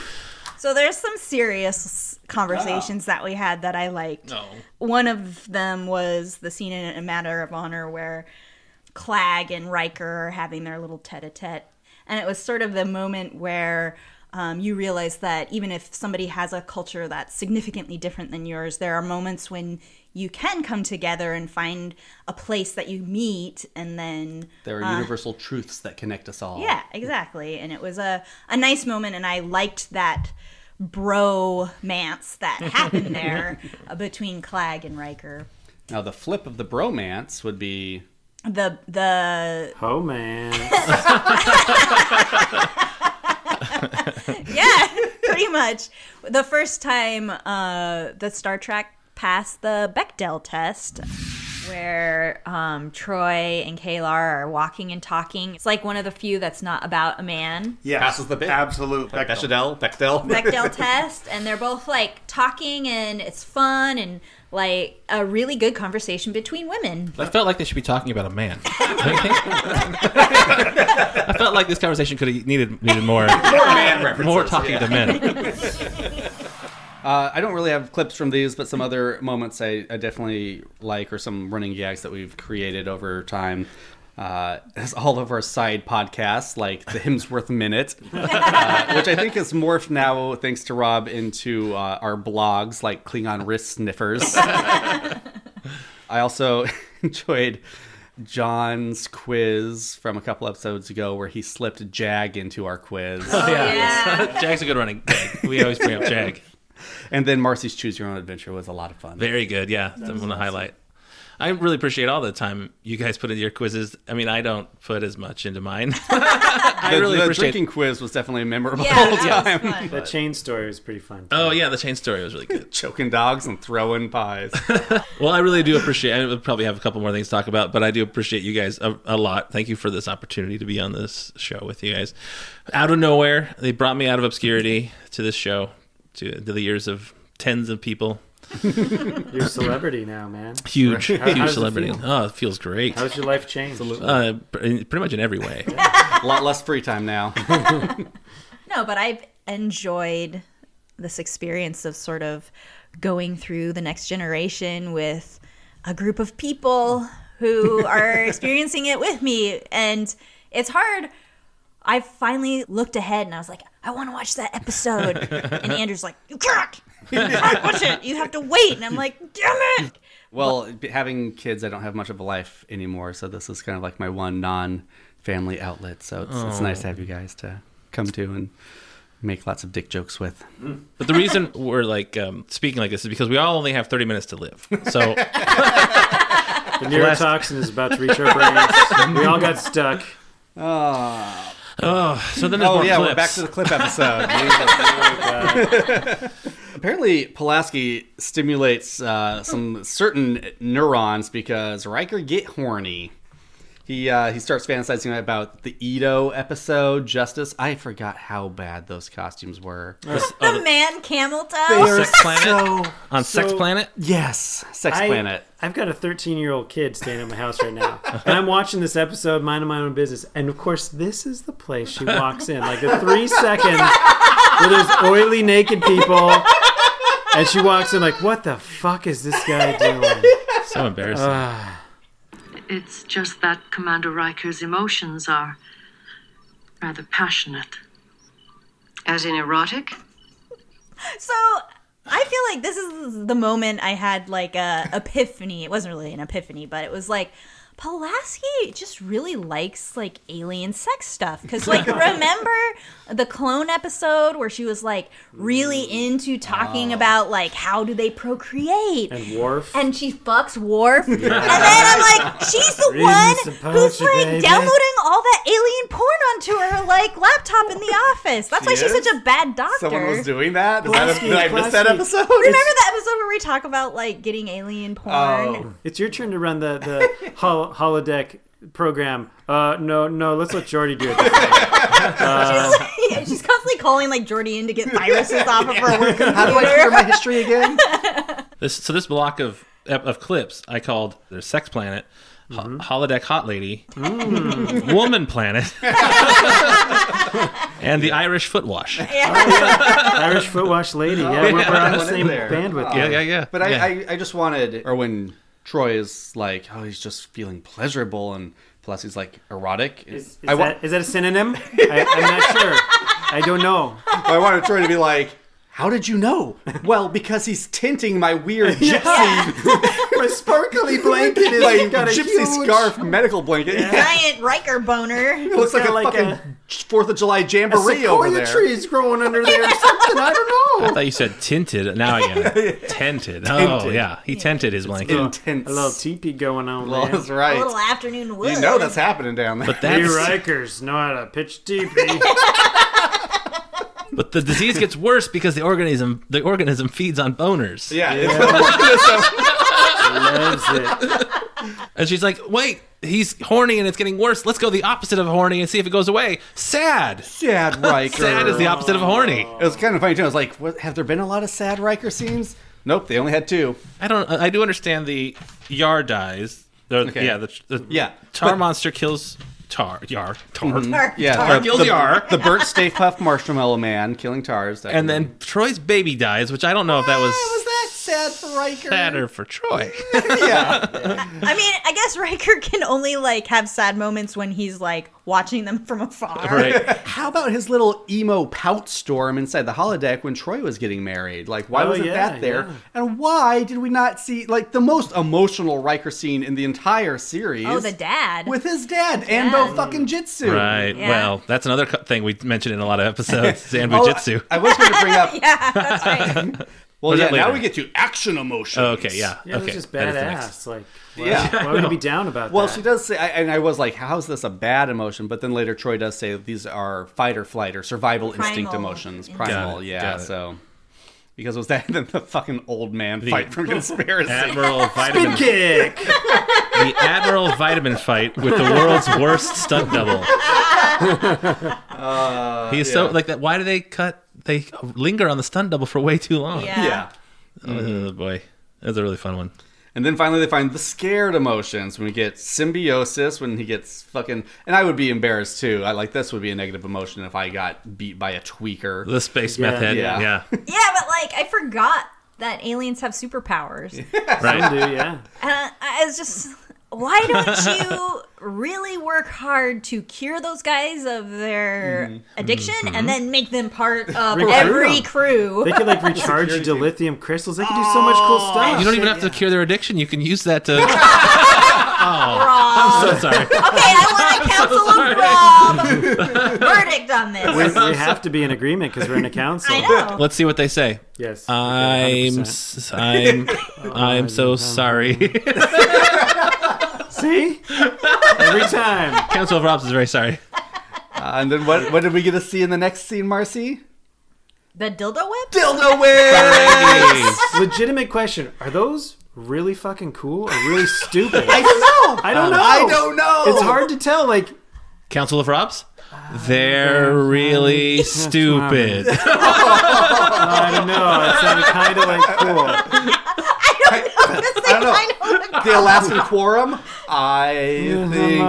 Speaker 4: so there's some serious conversations that we had that I liked.
Speaker 2: No.
Speaker 4: One of them was the scene in A Matter of Honor where Clag and Riker are having their little tete a tete. And it was sort of the moment where um, you realize that even if somebody has a culture that's significantly different than yours, there are moments when you can come together and find a place that you meet and then
Speaker 7: There are universal truths that connect us all.
Speaker 4: yeah, exactly. And it was a, a nice moment, and I liked that bromance that happened there uh, between Clag and Riker.
Speaker 3: Now the flip of the bromance would be
Speaker 4: The the
Speaker 5: Oh man.
Speaker 4: yeah, pretty much the first time uh, that Star Trek passed the Bechdel test. Where um, Troy and Kalar are walking and talking. It's like one of the few that's not about a man.
Speaker 12: Yeah,
Speaker 13: Passes the bit.
Speaker 12: Absolute.
Speaker 13: Bechdel. Bechdel.
Speaker 4: Bechdel test, and they're both like talking, and it's fun and like a really good conversation between women.
Speaker 2: I felt like they should be talking about a man. I felt like this conversation could have needed needed more
Speaker 13: More man references.
Speaker 2: more talking to men.
Speaker 3: uh, I don't really have clips from these, but some other moments I, I definitely like or some running gags that we've created over time. Uh, as all of our side podcasts, like the Hemsworth Minute, uh, which I think is morphed now, thanks to Rob, into uh, our blogs like Klingon Wrist Sniffers. I also enjoyed John's quiz from a couple episodes ago where he slipped Jag into our quiz.
Speaker 4: Oh, yeah.
Speaker 2: Jag's a good running. gag. We always bring up Jag.
Speaker 3: And then Marcy's Choose Your Own Adventure was a lot of fun.
Speaker 2: Very good. Yeah, that's one to highlight. I really appreciate all the time you guys put into your quizzes. I mean, I don't put as much into mine. I
Speaker 3: the,
Speaker 2: really
Speaker 3: the
Speaker 2: appreciate.
Speaker 3: drinking quiz was definitely memorable.
Speaker 4: Yeah, that was fun.
Speaker 5: That chain story was pretty fun.
Speaker 2: Oh yeah, the chain story was really good.
Speaker 3: Choking dogs and throwing pies.
Speaker 2: Well, I really do appreciate. I would probably have a couple more things to talk about, but I do appreciate you guys a, a lot. Thank you for this opportunity to be on this show with you guys. Out of nowhere, they brought me out of obscurity to this show, to, to the ears of tens of people.
Speaker 5: You're a celebrity now, man.
Speaker 2: Huge,
Speaker 5: how
Speaker 2: huge
Speaker 5: does it
Speaker 2: celebrity.
Speaker 5: feel?
Speaker 2: Oh, it feels great.
Speaker 5: How's your life changed?
Speaker 2: Uh, pr- in- pretty much in every way.
Speaker 3: a lot less free time now.
Speaker 4: No, but I've enjoyed this experience of sort of going through the next generation with a group of people who are experiencing it with me. And it's hard. I finally looked ahead and I was like, I want to watch that episode. and Andrew's like, You can't! You can't watch it. You have to wait. And I'm like, Damn it!
Speaker 3: Well, b- having kids, I don't have much of a life anymore, so this is kind of like my one non-family outlet. So it's,
Speaker 2: Oh.
Speaker 3: it's nice to have you guys to come to and make lots of dick jokes with.
Speaker 2: But the reason we're like um, speaking like this is because we all only have thirty minutes to live. So
Speaker 5: The neurotoxin is about to reach our brains. we all got stuck.
Speaker 2: Oh, so then there's
Speaker 3: Oh
Speaker 2: more
Speaker 3: yeah,
Speaker 2: clips.
Speaker 3: we're back to the clip episode. Apparently, Pulaski stimulates uh, some certain neurons because Riker get horny. He uh, he starts fantasizing about the Edo episode, Justice. I forgot how bad those costumes were.
Speaker 5: Uh,
Speaker 4: the man camel toe.
Speaker 3: Oh, They are so-
Speaker 2: On Sex Planet?
Speaker 3: Yes, Sex
Speaker 5: I-
Speaker 3: Planet.
Speaker 5: I've got a 13 year old kid staying at my house right now, and I'm watching this episode, minding my own business. And of course, this is the place she walks in, like the three seconds where there's oily naked people, and she walks in like, "What the fuck is this guy doing?"
Speaker 2: So embarrassing.
Speaker 5: Ah.
Speaker 9: It's just that Commander Riker's emotions are rather passionate. As in erotic?
Speaker 4: So I feel like this is the moment I had like a epiphany. It wasn't really an epiphany, but it was like Pulaski just really likes like alien sex stuff because like remember the clone episode where she was like really into talking about like how do they procreate
Speaker 5: And Worf.
Speaker 4: and she fucks Worf and then I'm like she's the
Speaker 5: Reading
Speaker 4: one
Speaker 5: some
Speaker 4: who's
Speaker 5: poetry,
Speaker 4: like
Speaker 5: baby.
Speaker 4: downloading all that alien porn onto her like laptop in the office that's why
Speaker 3: She
Speaker 4: she's
Speaker 3: is?
Speaker 4: such a bad doctor
Speaker 3: Someone was doing that. Is that a,
Speaker 5: Pulaski,
Speaker 3: did I miss that
Speaker 5: Pulaski.
Speaker 3: episode?
Speaker 4: Remember the episode where we talk about like getting alien porn?
Speaker 5: It's your turn to run the the hol- holodeck program. Uh, no, no, let's let Jordy do it. this time.
Speaker 3: Oh.
Speaker 5: Uh,
Speaker 4: Yeah, she's constantly calling like Jordy in to get viruses off of her work
Speaker 3: How do I
Speaker 4: computer.
Speaker 3: clear my history again?
Speaker 2: This so this block of of clips I called their Sex Planet, ho-
Speaker 3: Mm-hmm.
Speaker 2: Holodeck Hot Lady,
Speaker 3: Mm.
Speaker 2: Woman Planet, and the Irish Foot Wash.
Speaker 5: Irish foot wash lady. Yeah, we're, we're on the same bandwidth.
Speaker 2: Yeah, yeah, yeah.
Speaker 3: But I,
Speaker 2: Yeah.
Speaker 3: I, I just wanted, or when Troy is like, oh, he's just feeling pleasurable, and plus he's like erotic.
Speaker 5: Is, is
Speaker 3: I, wa-
Speaker 5: that, is that a synonym? I, I'm not sure. I don't know.
Speaker 3: I wanted Troy to be like, how did you know? well, because he's tinting my weird gypsy,
Speaker 5: My sparkly blanket is
Speaker 3: like,
Speaker 5: got a
Speaker 3: gypsy
Speaker 5: huge-
Speaker 3: scarf medical blanket.
Speaker 4: Giant Riker boner.
Speaker 3: It looks like a
Speaker 5: got like
Speaker 3: fucking Fourth of July
Speaker 5: A
Speaker 3: jamboree over
Speaker 5: sequoia
Speaker 3: there.
Speaker 5: tree's growing under there or something. I don't know.
Speaker 2: I thought you said tinted. Now I get it. Tented. Oh
Speaker 3: Tinted.
Speaker 2: yeah, he tented his blanket.
Speaker 3: Intense.
Speaker 5: A little teepee going on
Speaker 3: Well,
Speaker 5: there.
Speaker 3: that's
Speaker 4: A little
Speaker 3: right.
Speaker 4: afternoon wood.
Speaker 3: You know that's happening down there.
Speaker 2: But
Speaker 5: Hey,
Speaker 2: that's
Speaker 5: Rikers know how to pitch teepee.
Speaker 2: but the disease gets worse because the organism the organism feeds on boners.
Speaker 3: yeah, it's
Speaker 5: Loves it.
Speaker 2: And she's like, wait, he's horny and it's getting worse. Let's go the opposite of horny and see if it goes away. Sad.
Speaker 3: sad Riker.
Speaker 2: Sad is the opposite of horny.
Speaker 3: It was kind of funny too. I was like, what, have there been a lot of sad Riker scenes? Nope, they only had two.
Speaker 2: I don't. I do understand the Yar dies. The,
Speaker 3: Okay.
Speaker 2: Yeah. The, the
Speaker 3: Yeah, but-
Speaker 2: Tar
Speaker 3: Mm-hmm.
Speaker 2: monster kills Tar Yar Tar,
Speaker 4: Or-
Speaker 3: Yeah,
Speaker 4: or-
Speaker 2: Tar
Speaker 3: the,
Speaker 2: kills
Speaker 3: the,
Speaker 2: Yar,
Speaker 3: the burnt Stay Puff Marshmallow Man killing Tars, that one.
Speaker 2: and then Troy's baby dies, which I don't know if that was,
Speaker 3: was that sad for Riker?
Speaker 2: sadder for Troy.
Speaker 3: Yeah,
Speaker 4: I mean, I guess Riker can only like have sad moments when he's like watching them from afar.
Speaker 2: right.
Speaker 3: how about his little emo pout storm inside the holodeck when Troy was getting married? Like, why
Speaker 5: Oh,
Speaker 3: wasn't
Speaker 5: yeah,
Speaker 3: that there?
Speaker 5: yeah.
Speaker 3: And why did we not see like the most emotional Riker scene in the entire series?
Speaker 4: Oh, the dad.
Speaker 3: with his dad, and Ando fucking Jitsu.
Speaker 2: Right.
Speaker 4: Yeah.
Speaker 2: Well, that's another co- thing we mentioned in a lot of episodes. Zanbu
Speaker 3: Oh,
Speaker 2: Jitsu.
Speaker 3: I, I was going to bring up.
Speaker 4: yeah, that's right.
Speaker 3: Well,
Speaker 2: Was
Speaker 3: yeah.
Speaker 2: that
Speaker 3: Now
Speaker 2: later?
Speaker 3: we get to action emotion.
Speaker 2: Oh, okay. Yeah.
Speaker 5: Yeah,
Speaker 2: okay.
Speaker 5: that's just
Speaker 2: that is the next.
Speaker 5: badass. Like, why,
Speaker 3: Yeah.
Speaker 5: why would you be down about
Speaker 3: Well,
Speaker 5: that?
Speaker 3: she does say, I, and I was like, "How's this a bad emotion?" But then later, Troy does say these are fight or flight or survival instinct
Speaker 4: Primal.
Speaker 3: emotions, primal.
Speaker 2: Got it,
Speaker 3: yeah,
Speaker 2: got it.
Speaker 3: so because it was that then the fucking old man fight from conspiracy?
Speaker 2: Admiral Vitamin,
Speaker 5: Spin kick.
Speaker 2: the Admiral Vitamin fight with the world's worst stunt double.
Speaker 3: Uh,
Speaker 2: He's so like that. Why do they cut? They linger on the stunt double for way too long.
Speaker 4: Yeah.
Speaker 3: yeah.
Speaker 2: Oh boy, that's a really fun one.
Speaker 3: And then finally, they find the scared emotions when we get symbiosis, when he gets fucking. And I would be embarrassed too. I like this would be a negative emotion if I got beat by a tweaker.
Speaker 2: The space method.
Speaker 3: Yeah.
Speaker 2: Yeah.
Speaker 4: Yeah, but like I forgot that aliens have superpowers.
Speaker 2: right.
Speaker 5: Dude, yeah.
Speaker 4: And I I was just, why don't you really work hard to cure those guys of their addiction and then make them part of
Speaker 5: Recruit
Speaker 4: every
Speaker 5: them.
Speaker 4: crew?
Speaker 5: They could like recharge you to lithium crystals. They could do so much cool stuff.
Speaker 2: You don't even have to cure their addiction. You can use that to. oh, I'm so sorry.
Speaker 4: Okay, I want a council of Rob verdict on this.
Speaker 5: We, we have to be in agreement because we're in a council.
Speaker 4: I know.
Speaker 2: Let's see what they say.
Speaker 5: Yes. okay,
Speaker 2: I'm
Speaker 5: 100%.
Speaker 2: s- I'm
Speaker 5: Oh,
Speaker 2: I'm so sorry.
Speaker 5: See? Every time.
Speaker 2: Council of Robs is very sorry.
Speaker 3: Uh, and then what? What did we get to see in the next scene, Marcy?
Speaker 4: The dildo whip?
Speaker 3: Dildo win.
Speaker 5: Legitimate question. Are those really fucking cool or really stupid?
Speaker 2: I don't know.
Speaker 5: I don't know.
Speaker 2: I don't know.
Speaker 5: It's hard to tell. Like
Speaker 2: Council of Robs?
Speaker 5: Ah,
Speaker 2: They're really stupid.
Speaker 5: I don't know. It sounded kind of like cool.
Speaker 3: I don't know. The Alaskan Quorum? I think they're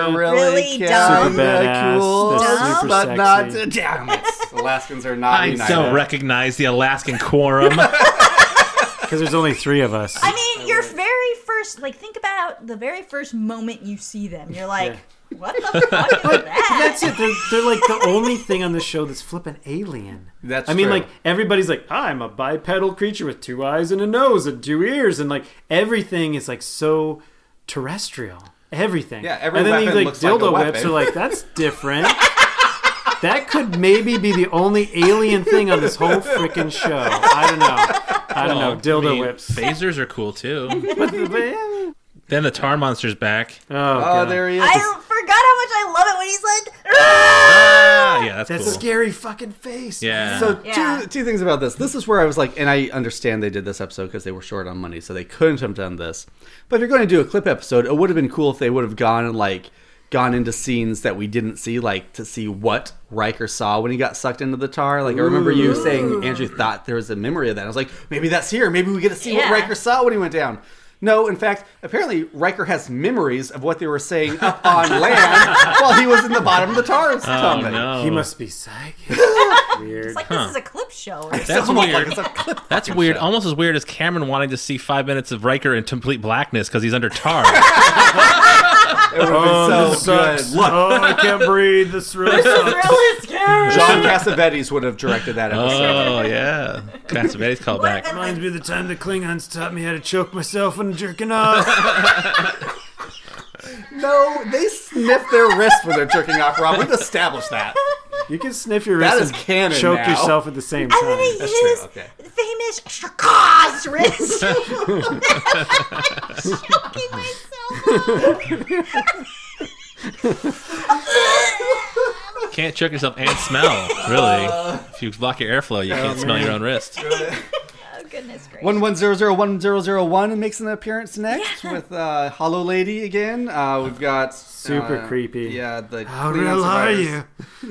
Speaker 5: uh, It's
Speaker 3: really,
Speaker 5: really
Speaker 3: dumb.
Speaker 5: dumb. Super badass.
Speaker 3: cool,
Speaker 5: They're super
Speaker 3: but not.
Speaker 5: sexy.
Speaker 3: Damn it. Alaskans are not
Speaker 2: I
Speaker 3: united.
Speaker 2: don't recognize the Alaskan quorum.
Speaker 5: Because there's only three of us.
Speaker 10: I mean, your very first, like, think about the very first moment you see them. You're like, what the fuck is
Speaker 5: But
Speaker 10: that?
Speaker 5: that's it. They're, they're like the only thing on the show that's flipping alien.
Speaker 3: That's
Speaker 5: I mean,
Speaker 3: true.
Speaker 5: like everybody's like, I'm a bipedal creature with two eyes and a nose and two ears, and like everything is like so terrestrial. Everything.
Speaker 3: Yeah, every
Speaker 5: and then
Speaker 3: weapon
Speaker 5: these like
Speaker 3: looks like a
Speaker 5: dildo
Speaker 3: weapon.
Speaker 5: whips are like that's different. that could maybe be the only alien thing on this whole freaking show. I don't know. I don't
Speaker 2: Well,
Speaker 5: know. Dildo
Speaker 2: I Oh, mean,
Speaker 5: whips.
Speaker 2: Phasers are cool too. then the tar monster's back.
Speaker 5: Oh,
Speaker 2: God.
Speaker 3: there he
Speaker 10: I forgot how much I love it when he's like,
Speaker 2: Ah, yeah, that's,
Speaker 5: That's
Speaker 2: cool.
Speaker 5: scary fucking face.
Speaker 2: Yeah.
Speaker 3: So
Speaker 10: Yeah.
Speaker 3: two two things about this. This is where I was like, and I understand they did this episode because they were short on money, so they couldn't have done this. But if you're going to do a clip episode, it would have been cool if they would have gone and like gone into scenes that we didn't see, like to see what Riker saw when he got sucked into the tar. Like I remember you saying Andrew thought there was a memory of that. I was like, maybe that's here. Maybe we get to see
Speaker 7: Yeah.
Speaker 3: what Riker saw when he went down. No, in fact, apparently Riker has memories of what they were saying up on land while he was in the bottom of the tar.
Speaker 2: Oh,
Speaker 3: tunnel.
Speaker 5: He must be psychic. Weird.
Speaker 10: it's like,
Speaker 2: Huh.
Speaker 10: this is a clip show.
Speaker 2: That's weird. That's weird. Almost as weird as Cameron wanting to see five minutes of Riker in complete blackness because he's under tar.
Speaker 5: Oh, this
Speaker 3: so
Speaker 5: sucks.
Speaker 3: good. Um, Look.
Speaker 5: Oh, I can't breathe. This really sucks.
Speaker 3: John Cassavetes would have directed that episode.
Speaker 2: Oh
Speaker 5: Uh.
Speaker 2: yeah, Cassavetes called back.
Speaker 5: Reminds me of the time the Klingons taught me how to choke myself when jerking off.
Speaker 3: No, they sniff their wrist when they're jerking off, Rob. We've established that.
Speaker 5: You can sniff your
Speaker 3: That
Speaker 5: wrist
Speaker 3: is
Speaker 5: and
Speaker 3: canon
Speaker 5: choke
Speaker 3: now.
Speaker 5: yourself at the same time.
Speaker 3: That's true. Okay.
Speaker 10: Famous Shakaz wrist.
Speaker 2: Can't choke yourself and smell. Really, if you block your airflow, you can't smell your own wrist.
Speaker 10: oh, goodness gracious.
Speaker 3: One one zero zero one zero zero one makes an appearance next with uh, Hollow Lady again. Uh, we've got
Speaker 5: Super
Speaker 3: uh,
Speaker 5: creepy.
Speaker 3: Yeah, the
Speaker 5: How
Speaker 3: Klingons
Speaker 5: real are
Speaker 3: virus.
Speaker 5: you?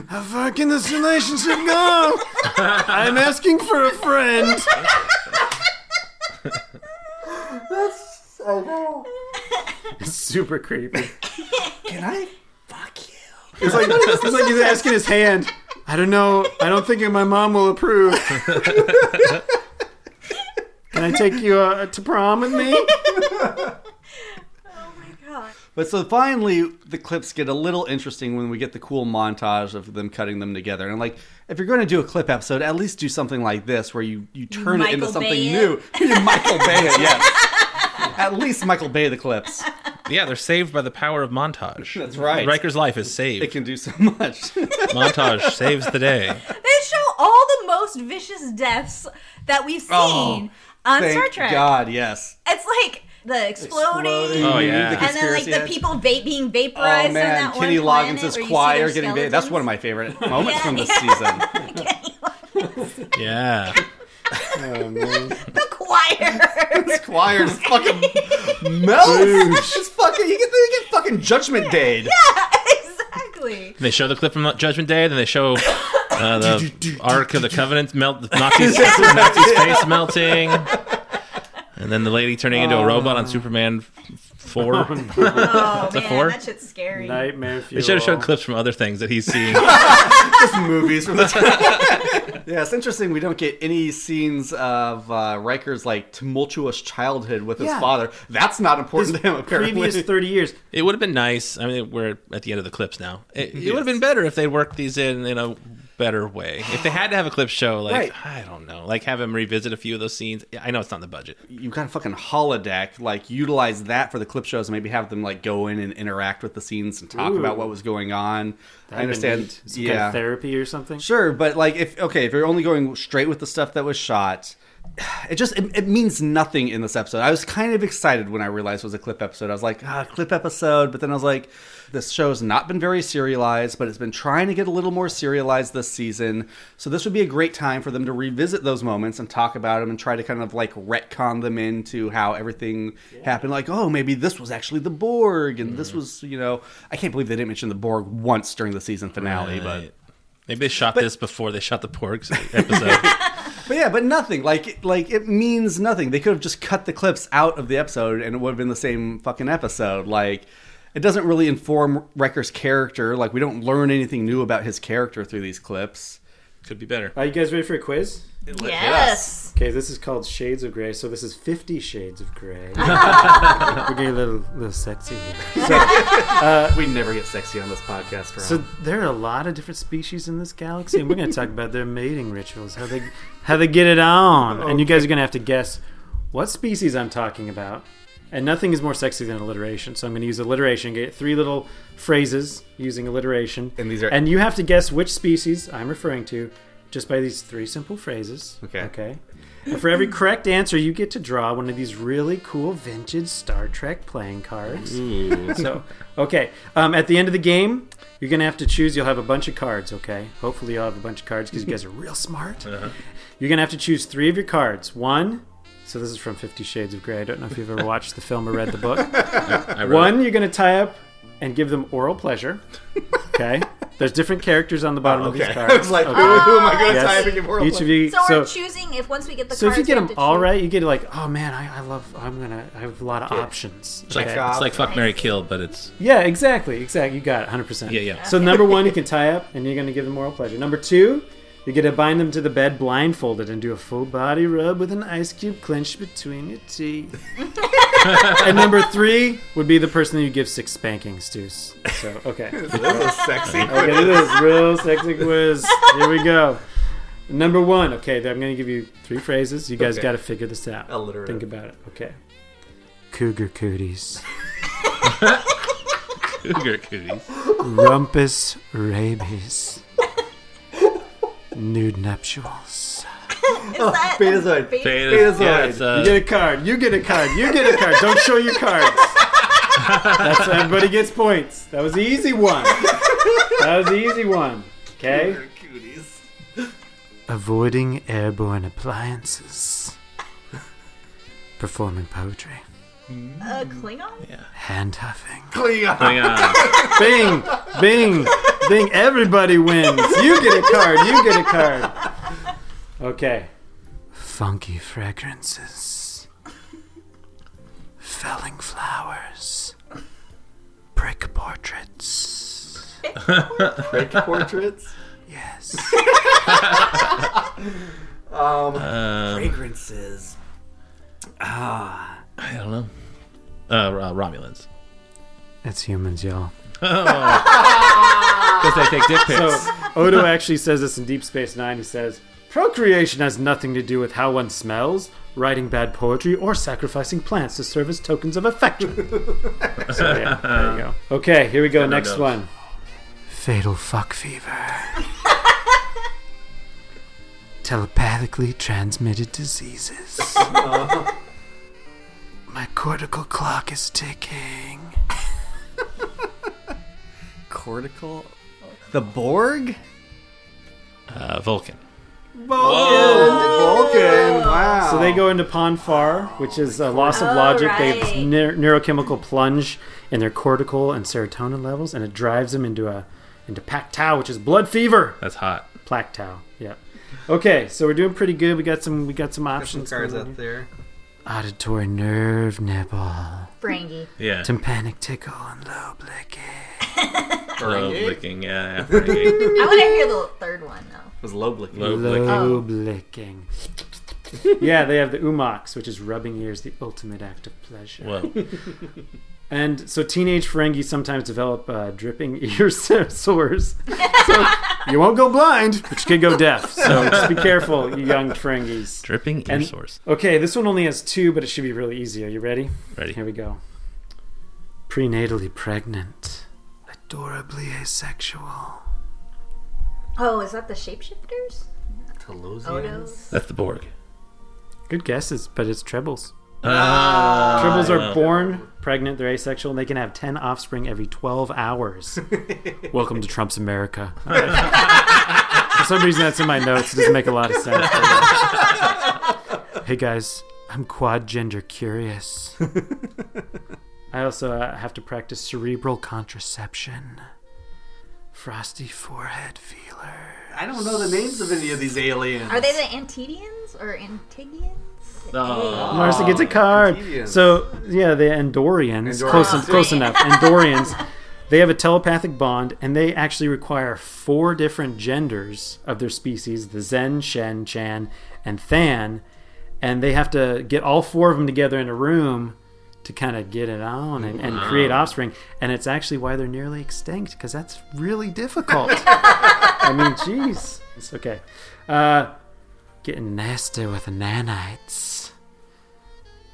Speaker 5: How far can this relationship go? I'm asking for a friend.
Speaker 3: That's I know.
Speaker 5: Super creepy.
Speaker 3: Can I?
Speaker 5: It's like, it's like he's asking his hand. I don't know. I don't think my mom will approve. Can I take you uh, to prom with me?
Speaker 10: Oh
Speaker 3: But so finally, the clips get a little interesting when we get the cool montage of them cutting them together. And like, if you're going to do a clip episode, at least do something like this where you you turn it into
Speaker 10: Michael
Speaker 3: something
Speaker 10: Bay
Speaker 3: new. you Michael Bay it, yes. At least Michael Bay the clips.
Speaker 2: Yeah, they're saved by the power of montage. That's
Speaker 3: right.
Speaker 2: Riker's life is saved. It
Speaker 3: can do so much.
Speaker 2: montage saves the day.
Speaker 10: They show all the most vicious deaths that we've seen on
Speaker 3: Oh, thank
Speaker 10: Star Trek.
Speaker 3: God, yes.
Speaker 10: It's like the exploding,
Speaker 3: Exploding, Oh, yeah. the
Speaker 10: and then like
Speaker 3: conspiracy
Speaker 10: the
Speaker 3: heads.
Speaker 10: people ba- being
Speaker 3: Oh
Speaker 10: vaporized on
Speaker 3: man,
Speaker 10: that
Speaker 3: Kenny
Speaker 10: one planet
Speaker 3: Loggins'
Speaker 10: where you see
Speaker 3: choir
Speaker 10: their
Speaker 3: getting bait.
Speaker 10: skeletons.
Speaker 3: That's one of my favorite moments
Speaker 10: Yeah,
Speaker 3: from this
Speaker 10: yeah.
Speaker 3: season.
Speaker 2: Yeah.
Speaker 5: Oh, man.
Speaker 10: the choir.
Speaker 3: this choir is fucking melts. it's fucking you get, you get fucking Judgment Day.
Speaker 10: exactly.
Speaker 2: They show the clip from Judgment Day, then they show uh, the Ark of the Covenant melt, Nazi's,
Speaker 3: Yes, right,
Speaker 2: Nazi's
Speaker 3: yeah.
Speaker 2: face melting, and then the lady turning into a robot on Superman Four. Oh,
Speaker 10: Oh, man, that shit's scary.
Speaker 5: Nightmare
Speaker 2: They should have
Speaker 5: fuel.
Speaker 2: showed clips from other things that he's seeing.
Speaker 3: Just movies from the time. yeah, it's interesting. We don't get any scenes of uh, Riker's like tumultuous childhood with his
Speaker 5: Yeah.
Speaker 3: father. That's not important to him. Apparently,
Speaker 5: Previous 30 years.
Speaker 2: It would have been nice. I mean, we're at the end of the clips now. It, it
Speaker 3: Yes.
Speaker 2: would have been better if they worked these in in a better way. If they had to have a clip show, like
Speaker 3: Right.
Speaker 2: I don't know, like have him revisit a few of those scenes. I know it's not in the budget.
Speaker 3: you got a fucking holodeck. Like utilize that for the clip shows. and Maybe have them like go in and interact with the scenes and talk
Speaker 5: Ooh.
Speaker 3: about what was going on. I
Speaker 5: That'd be
Speaker 3: understand.
Speaker 5: neat. Some kind
Speaker 3: Yeah,
Speaker 5: of therapy or something.
Speaker 3: sure, but like if okay, if you're only going straight with the stuff that was shot. it just it, it means nothing in this episode. I was kind of excited when I realized it was a clip episode. I was like, ah, clip episode, but then I was like, this show's not been very serialized, but it's been trying to get a little more serialized this season. So this would be a great time for them to revisit those moments and talk about them and try to kind of like retcon them into how everything happened. Like, oh, maybe this was actually the Borg, and this was you know, I can't believe they didn't mention the Borg once during the season finale, but.
Speaker 2: Maybe they shot this before they shot the Borg episode.
Speaker 3: But yeah, but nothing. Like like it means nothing. They could have just cut the clips out of the episode and it would have been the same fucking episode. Like it doesn't really inform Wrecker's character. Like we don't learn anything new about his character through these clips.
Speaker 2: Could be better.
Speaker 5: Are you guys ready for a quiz?
Speaker 10: Yes.
Speaker 5: Okay, this is called Shades of Grey. So this is Fifty Shades of Grey. We're getting a little, little sexy. Here. So, uh,
Speaker 3: we never get sexy on this podcast. Ron.
Speaker 5: so there are a lot of different species in this galaxy, and we're going to talk about their mating rituals, how they how they get it on, and you guys are going to have to guess what species I'm talking about. And nothing is more sexy than alliteration, so I'm going to use alliteration. Get three little phrases using alliteration, and
Speaker 3: these are
Speaker 5: and you have to guess which species I'm referring to, just by these three simple phrases.
Speaker 3: Okay.
Speaker 5: Okay. And for every correct answer, you get to draw one of these really cool vintage Star Trek playing cards.
Speaker 12: Ooh.
Speaker 5: So, okay. Um, at the end of the game, you're going to have to choose. You'll have a bunch of cards, okay? Hopefully, you'll have a bunch of cards because you guys are real smart. You're going to have to choose three of your cards. One, so this is from Fifty Shades of Grey. I don't know if you've ever watched the film or read the book.
Speaker 2: I read
Speaker 5: One, you're going to tie up and give them oral pleasure. Okay. There's different characters on the bottom of
Speaker 3: okay.
Speaker 5: these cards.
Speaker 3: I was like, who- who am I gonna tie up and give oral
Speaker 5: Each of
Speaker 3: pleasure?
Speaker 5: you.
Speaker 10: So,
Speaker 5: So,
Speaker 10: we're choosing if once we get the
Speaker 5: so if
Speaker 10: cards,
Speaker 5: you get
Speaker 10: we have
Speaker 5: them
Speaker 10: to
Speaker 5: all
Speaker 10: choose.
Speaker 5: right, you get like, oh man, I, I love. I'm gonna. I have a lot of options.
Speaker 2: It's like,
Speaker 5: Okay.
Speaker 2: it's like fuck Mary Kill, but it's
Speaker 5: Yeah, exactly, exactly. You got it, hundred percent.
Speaker 2: Yeah, yeah.
Speaker 5: So number one, you can tie up, and you're going to give them moral pleasure. Number two, you're going to bind them to the bed blindfolded and do a full body rub with an ice cube clenched between your teeth. and number three would be the person that you give six spankings to. So okay,
Speaker 3: This is a sexy
Speaker 5: Okay,
Speaker 3: quiz.
Speaker 5: this is real sexy quiz. Here we go. Number one. Okay, I'm going to give you three phrases. You guys
Speaker 3: Okay.
Speaker 5: got to figure this out.
Speaker 3: Alliterative.
Speaker 5: Think about it. Okay. Cougar cooties.
Speaker 2: cougar cooties.
Speaker 5: Rumpus rabies. Nude
Speaker 10: Is
Speaker 5: nuptials.
Speaker 10: that
Speaker 5: Betazoid.
Speaker 2: Beta- Betazoid. yeah, it's, uh,
Speaker 5: You get a card. You get a card. You get a card. Don't show your cards. That's everybody gets points. That was the easy one. That was the easy one. Okay. Avoiding airborne appliances. Performing poetry.
Speaker 10: uh, Klingon?
Speaker 2: Yeah.
Speaker 5: Hand huffing.
Speaker 3: Klingon.
Speaker 5: Bing, bing, bing. Everybody wins. You get a card. You get a card. Okay. Funky fragrances. Felling flowers. Brick portraits.
Speaker 3: Brick portraits?
Speaker 5: Yes.
Speaker 3: Um,
Speaker 2: Um,
Speaker 3: fragrances. Ah.
Speaker 2: I don't know. Uh, uh, Romulans.
Speaker 5: It's humans, y'all.
Speaker 2: Because they take dick pics.
Speaker 5: So Odo actually says this in Deep Space Nine. He says, "Procreation has nothing to do with how one smells, writing bad poetry, or sacrificing plants to serve as tokens of affection." so yeah, there you go. Okay, here we go.
Speaker 12: Never
Speaker 5: Next
Speaker 12: knows.
Speaker 5: one. Fatal fuck fever. Telepathically transmitted diseases. My cortical clock is ticking.
Speaker 3: Cortical? The Borg?
Speaker 2: Uh, Vulcan.
Speaker 3: Vulcan. Wow.
Speaker 5: So they go into Ponfar, which is a loss of logic. They have neu- neurochemical plunge in their cortical and serotonin levels, and it drives them into a into Pactau, which is blood fever.
Speaker 2: That's hot.
Speaker 5: Plactau, yeah. Okay, so we're doing pretty good. We got some we got some
Speaker 3: Some
Speaker 5: options.
Speaker 3: cards
Speaker 5: going on
Speaker 3: out there.
Speaker 5: here. Auditory nerve nibble.
Speaker 10: Brangy.
Speaker 2: Yeah.
Speaker 5: Tympanic tickle and lobe
Speaker 2: Lobe licking. Yeah. yeah, Ferengi.
Speaker 10: I want to hear the third one though.
Speaker 3: was lobe licking.
Speaker 2: Lobe licking.
Speaker 5: Lobe licking. yeah, they have the umox, which is rubbing ears, the ultimate act of pleasure.
Speaker 2: Whoa.
Speaker 5: And so teenage Ferengi sometimes develop uh, dripping ear sores. So you won't go blind, but you could go deaf. So just be careful, you young Ferengis.
Speaker 2: Dripping ear
Speaker 5: And-
Speaker 2: source.
Speaker 5: Okay, this one only has two, but it should be really easy. Are you ready?
Speaker 2: Ready.
Speaker 5: Here we go. Prenatally pregnant. Adorably asexual.
Speaker 10: Oh, is that the shapeshifters?
Speaker 3: Toulouse.
Speaker 10: Odos.
Speaker 2: That's the Borg.
Speaker 5: Good guesses, but it's trebles.
Speaker 2: Ah.
Speaker 5: trebles
Speaker 2: Yeah.
Speaker 5: are born pregnant, they're asexual, and they can have 10 offspring every 12 hours. Welcome to Trump's America. For some reason, that's in my notes. It doesn't make a lot of sense. hey guys, I'm quad gender curious. I also uh, have to practice cerebral contraception. Frosty forehead feeler.
Speaker 3: I don't know the names of any of these aliens.
Speaker 4: Are they the Antedians or Antigians?
Speaker 3: Oh.
Speaker 5: Marcy gets a card.
Speaker 3: Antidians.
Speaker 5: So yeah, the Andorians,
Speaker 3: Andorians.
Speaker 5: close, en-
Speaker 3: Ah,
Speaker 5: close
Speaker 3: sweet.
Speaker 5: enough. Andorians, they have a telepathic bond, and they actually require four different genders of their species: the Zen, Shen, Chan, and Than, and they have to get all four of them together in a room to kind of get it on and, and create
Speaker 12: Wow.
Speaker 5: offspring. And it's actually why they're nearly extinct because that's really difficult. I mean, jeez, it's okay. Uh, getting nasty with the nanites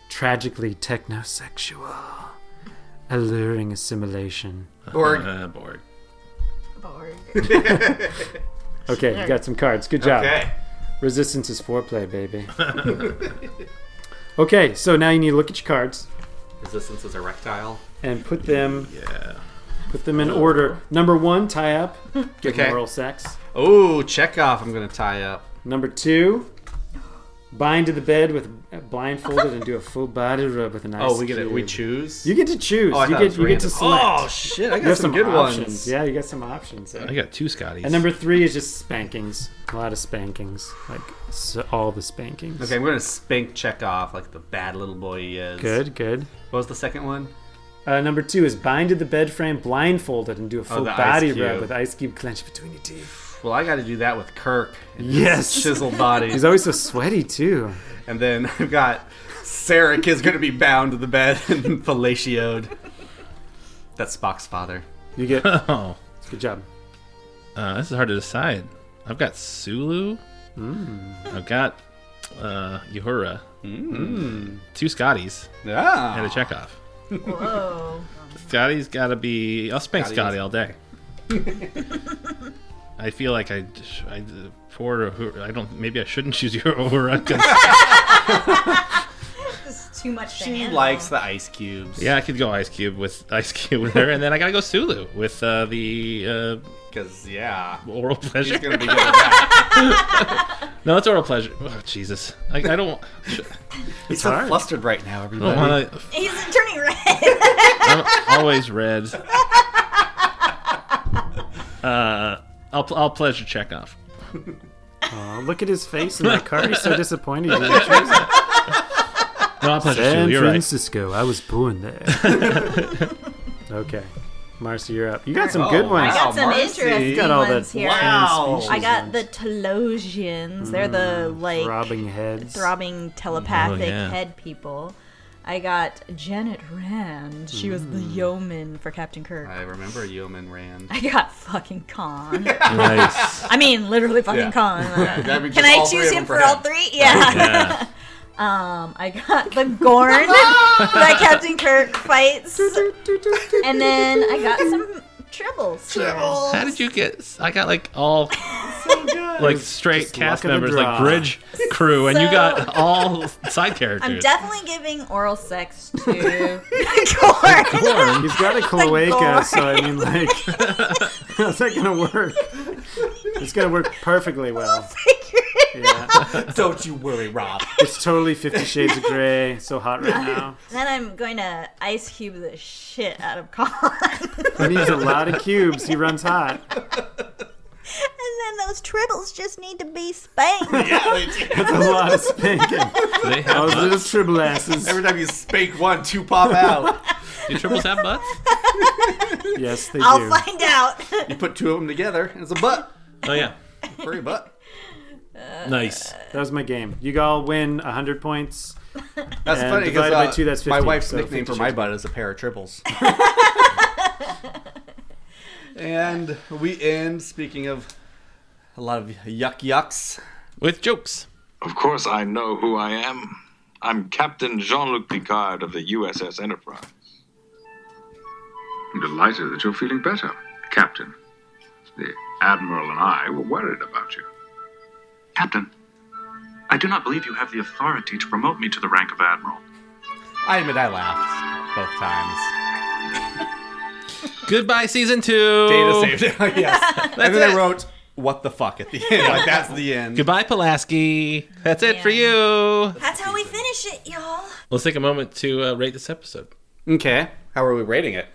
Speaker 5: tragically technosexual, alluring assimilation.
Speaker 2: Borg. Uh, Borg.
Speaker 5: okay, you got some cards. Good job.
Speaker 2: Okay.
Speaker 5: Resistance is foreplay, baby. okay, so now you need to look at your cards
Speaker 3: Resistance is erectile.
Speaker 5: and put them. Put them in order. Number one, tie up. Give
Speaker 3: Okay.
Speaker 5: them oral sex.
Speaker 3: Oh, check off. I'm gonna tie up.
Speaker 5: Number two, bind to the bed with blindfolded and do a full body rub with an ice.
Speaker 3: oh, we get it. We
Speaker 5: cube.
Speaker 3: choose.
Speaker 5: You get to choose.
Speaker 3: Oh, I
Speaker 5: you
Speaker 3: thought it
Speaker 5: get
Speaker 3: was
Speaker 5: you get to
Speaker 3: random.
Speaker 5: select.
Speaker 3: Oh shit! I
Speaker 5: You
Speaker 3: got
Speaker 5: have
Speaker 3: some, good
Speaker 5: options.
Speaker 3: ones.
Speaker 5: Yeah, you got some options. there.
Speaker 2: I got two Scotties.
Speaker 5: And number three is just spankings. A lot of spankings, like s all the spankings.
Speaker 3: Okay, I'm gonna spank check off like the bad little boy he is.
Speaker 5: Good, good.
Speaker 3: What was the second one?
Speaker 5: Uh, number two is bind to the bed frame blindfolded and do a full
Speaker 3: the ice
Speaker 5: body
Speaker 3: cube.
Speaker 5: rub with ice cube clenched between your teeth.
Speaker 3: Well, I got to do that with Kirk. and his
Speaker 5: Yes,
Speaker 3: chiseled body.
Speaker 5: He's always so sweaty too.
Speaker 3: And then I've got Sarek is gonna be bound to the bed and fellatioed. That's Spock's father.
Speaker 5: You get.
Speaker 2: Oh.
Speaker 5: Good job.
Speaker 2: Uh, this is hard to decide. I've got Sulu.
Speaker 5: Hmm.
Speaker 2: I've got uh, Uhura. Hmm.
Speaker 3: Mm.
Speaker 2: Two Scotties.
Speaker 3: Yeah.
Speaker 2: And a Chekhov.
Speaker 10: Whoa.
Speaker 2: Scotty's got to be. I'll spank
Speaker 10: Scotty
Speaker 2: Scotty
Speaker 10: is-
Speaker 2: all day. I feel like I, I poor. Uhura- I don't. Maybe I shouldn't choose Uhura. 'cause-
Speaker 4: This is too much. to
Speaker 3: She
Speaker 4: handle.
Speaker 3: likes the ice cubes.
Speaker 2: yeah, I could go Ice Cube with Ice Cube with her, and then I gotta go Sulu with uh, the.
Speaker 3: Because yeah,
Speaker 2: oral pleasure.
Speaker 3: She's gonna be good at that.
Speaker 2: no, it's oral pleasure. Oh, Jesus, I, I don't.
Speaker 3: He's so flustered right now,
Speaker 2: I don't
Speaker 3: everybody.
Speaker 2: wanna-
Speaker 4: He's turning red.
Speaker 2: I'm always red. Uh, I'll I'll pleasure check off.
Speaker 5: Oh, look at his face in that card. He's so disappointed. You didn't choose it.
Speaker 2: No, I'll pleasure
Speaker 5: San
Speaker 2: Sulu. You're right.
Speaker 5: Francisco. I was born there. okay, Marcy, you're up. You got some
Speaker 2: Oh,
Speaker 5: good ones.
Speaker 4: I got some
Speaker 5: Marcy.
Speaker 4: interesting
Speaker 5: You got all
Speaker 4: ones
Speaker 5: the
Speaker 4: here.
Speaker 5: Wow.
Speaker 4: I got the Telosians. They're the
Speaker 5: Mm,
Speaker 4: like
Speaker 5: throbbing heads.
Speaker 4: throbbing telepathic
Speaker 5: Oh, yeah.
Speaker 4: head people. I got Janet Rand. She was the
Speaker 3: Mm.
Speaker 4: yeoman for Captain Kirk.
Speaker 3: I remember Yeoman Rand.
Speaker 4: I got fucking Khan.
Speaker 3: Nice.
Speaker 4: I mean, literally fucking
Speaker 3: Yeah.
Speaker 4: Khan.
Speaker 3: That'd be
Speaker 4: Can
Speaker 3: just
Speaker 4: I
Speaker 3: all three
Speaker 4: choose
Speaker 3: of them
Speaker 4: him for,
Speaker 3: for
Speaker 4: all
Speaker 3: him.
Speaker 4: three? Yeah.
Speaker 2: Yeah.
Speaker 4: um, I got the Gorn that Captain Kirk fights, and then I got some tribbles. Tribbles.
Speaker 2: How did you get? I got like all like straight
Speaker 5: Oh, Just
Speaker 2: cast
Speaker 5: luck of the
Speaker 2: members,
Speaker 5: draw.
Speaker 2: like bridge crew, and you
Speaker 4: So-
Speaker 2: got all side characters.
Speaker 4: I'm definitely giving oral sex to
Speaker 5: He's got a cloaca, so I mean, like, how's that gonna work? It's gonna work perfectly well. Yeah.
Speaker 3: Don't you worry, Rob.
Speaker 5: It's totally Fifty Shades of Grey. So hot right now.
Speaker 4: Then I'm going to ice cube the shit out of Khan.
Speaker 5: He needs a lot of cubes. He runs hot.
Speaker 4: and then those tribbles just need to be spanked.
Speaker 5: That's a lot of spanking.
Speaker 2: They have
Speaker 5: Those little
Speaker 2: butts?
Speaker 5: triple asses.
Speaker 3: Every time you spank one, two pop out.
Speaker 2: Do tribbles have butts?
Speaker 5: Yes, they
Speaker 4: I'll find out.
Speaker 3: You put two of them together, and it's a butt.
Speaker 2: Oh yeah,
Speaker 3: furry butt.
Speaker 2: Nice.
Speaker 5: That was my game. You all win hundred points.
Speaker 3: That's
Speaker 5: and
Speaker 3: funny because
Speaker 5: divided by two, that's 50,
Speaker 3: my wife's
Speaker 5: so
Speaker 3: nickname
Speaker 5: 50
Speaker 3: for my
Speaker 5: shades.
Speaker 3: butt is a pair of triples. and we end. Speaking of a lot of yuck yucks,
Speaker 2: with jokes.
Speaker 8: Of course, I know who I am. I'm Captain Jean Luc Picard of the USS Enterprise.
Speaker 6: I'm delighted that you're feeling better, Captain. The Admiral and I were worried about you. Captain, I do not believe you have the authority to promote me to the rank of admiral.
Speaker 3: I admit I laughed both times.
Speaker 2: Goodbye, season two.
Speaker 3: Data saved it. yes.
Speaker 2: That's
Speaker 3: and then
Speaker 2: it.
Speaker 3: I wrote, what the fuck at the end. Like, that's the end.
Speaker 2: Goodbye, Pulaski. That's it for you.
Speaker 10: That's how we finish it, y'all.
Speaker 2: Let's take a moment to uh, rate this episode.
Speaker 3: Okay. How are we rating it?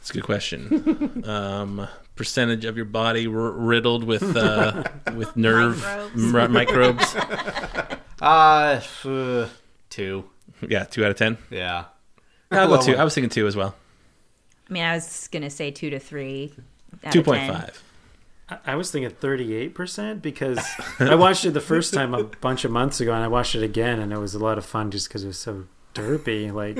Speaker 2: It's a good question. um, percentage of your body r- riddled with uh, with nerve m- microbes.
Speaker 3: Uh, f- two.
Speaker 2: Yeah, two out of ten.
Speaker 3: Yeah.
Speaker 2: I'll go
Speaker 3: Well,
Speaker 2: two. I was thinking two as well.
Speaker 10: I mean, I was gonna say two to three. out
Speaker 2: Two
Speaker 10: of
Speaker 2: point
Speaker 10: ten.
Speaker 2: five.
Speaker 5: I was thinking 38% because I watched it the first time a bunch of months ago and I watched it again and it was a lot of fun just because it was so derpy. Like,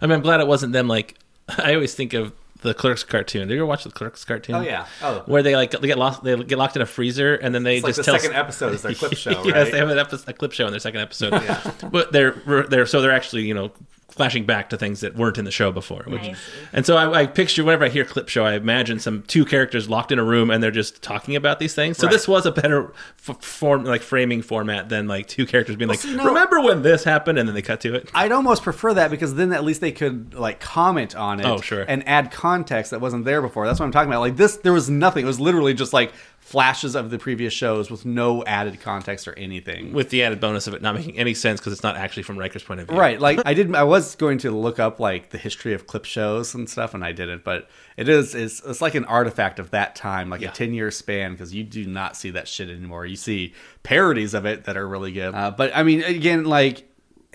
Speaker 2: I mean, I'm glad it wasn't them. Like, I always think of the Clerks cartoon. Did you ever watch the Clerks cartoon?
Speaker 3: Oh, yeah. Oh.
Speaker 2: Where they like they get lost, they get locked in a freezer, and then they
Speaker 3: It's like
Speaker 2: just
Speaker 3: the
Speaker 2: tell
Speaker 3: second episode is their clip show,
Speaker 2: yes,
Speaker 3: right?
Speaker 2: they have an episode, a clip show in their second episode. But they're they're so they're actually you know flashing back to things that weren't in the show before. Which,
Speaker 12: Nice.
Speaker 2: And so I, I picture whenever I hear clip show, I imagine some two characters locked in a room and they're just talking about these things. So
Speaker 12: Right.
Speaker 2: this was a better f- form like framing format than like two characters being
Speaker 3: Well,
Speaker 2: like,
Speaker 3: see, no-
Speaker 2: remember when this happened, and then they cut to it.
Speaker 3: I'd almost prefer that because then at least they could like comment on it.
Speaker 2: Oh, sure.
Speaker 3: And add context that wasn't there before. That's what I'm talking about. Like this, there was nothing. It was literally just like flashes of the previous shows with no added context or anything.
Speaker 2: With the added bonus of it not making any sense because it's not actually from Riker's point of view.
Speaker 3: Right, like I did. I was going to look up like the history of clip shows and stuff, and I didn't. But it is it's, it's like an artifact of that time, like a ten year span, because you do not see that shit anymore. You see parodies of it that are really good. Uh, but I mean, again, like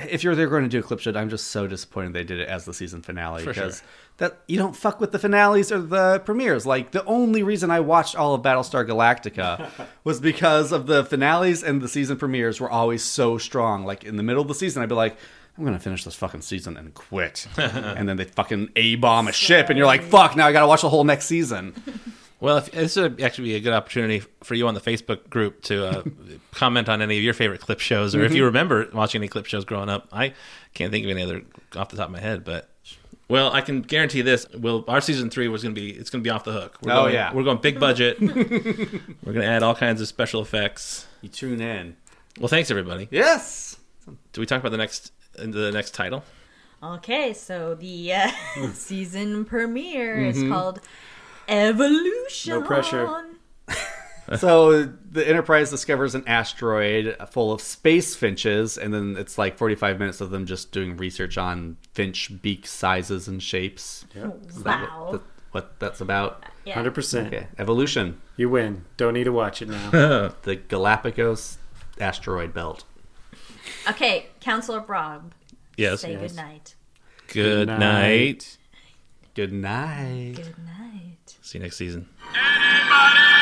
Speaker 3: if you're they're going to do a clip show, I'm just so disappointed they did it as the season finale
Speaker 7: For sure.
Speaker 3: because that you don't fuck with the finales or the premieres. Like the only reason I watched all of Battlestar Galactica was because of the finales and the season premieres were always so strong. Like in the middle of the season, I'd be like, I'm gonna finish this fucking season and quit. and then they fucking a bomb a ship, and you're like, fuck, now I gotta watch the whole next season.
Speaker 2: Well, if, this would actually be a good opportunity for you on the Facebook group to uh, comment on any of your favorite clip shows, or
Speaker 12: Mhm.
Speaker 2: if
Speaker 3: Mm-hmm.
Speaker 2: you remember watching any clip shows growing up. I can't think of any other off the top of my head, but well, I can guarantee this. Well, our season three was going to be it's going to be off the hook.
Speaker 3: Oh,
Speaker 2: going,
Speaker 3: yeah.
Speaker 2: we're going big budget. we're going to add all kinds of special effects.
Speaker 3: You tune in.
Speaker 2: Well, thanks everybody.
Speaker 3: Yes.
Speaker 2: Do we talk about the next the next title?
Speaker 10: Okay, so the uh, season premiere is
Speaker 2: Mhm.
Speaker 10: called Evolution.
Speaker 3: so the Enterprise discovers an asteroid full of space finches, and then it's like 45 minutes of them just doing research on finch beak sizes and shapes.
Speaker 5: Yeah.
Speaker 3: Is that what-
Speaker 5: Wow.
Speaker 3: that- what that's about?
Speaker 5: Yeah. 100%.
Speaker 3: Okay. Evolution.
Speaker 5: You win. Don't need to watch it now.
Speaker 3: the Galapagos asteroid belt.
Speaker 10: Okay, Counselor Rob.
Speaker 2: Yes.
Speaker 10: Say
Speaker 2: Yes.
Speaker 10: good night.
Speaker 2: Good
Speaker 3: night.
Speaker 2: night.
Speaker 3: Good night.
Speaker 10: Good night.
Speaker 2: See you next season.
Speaker 14: Everybody!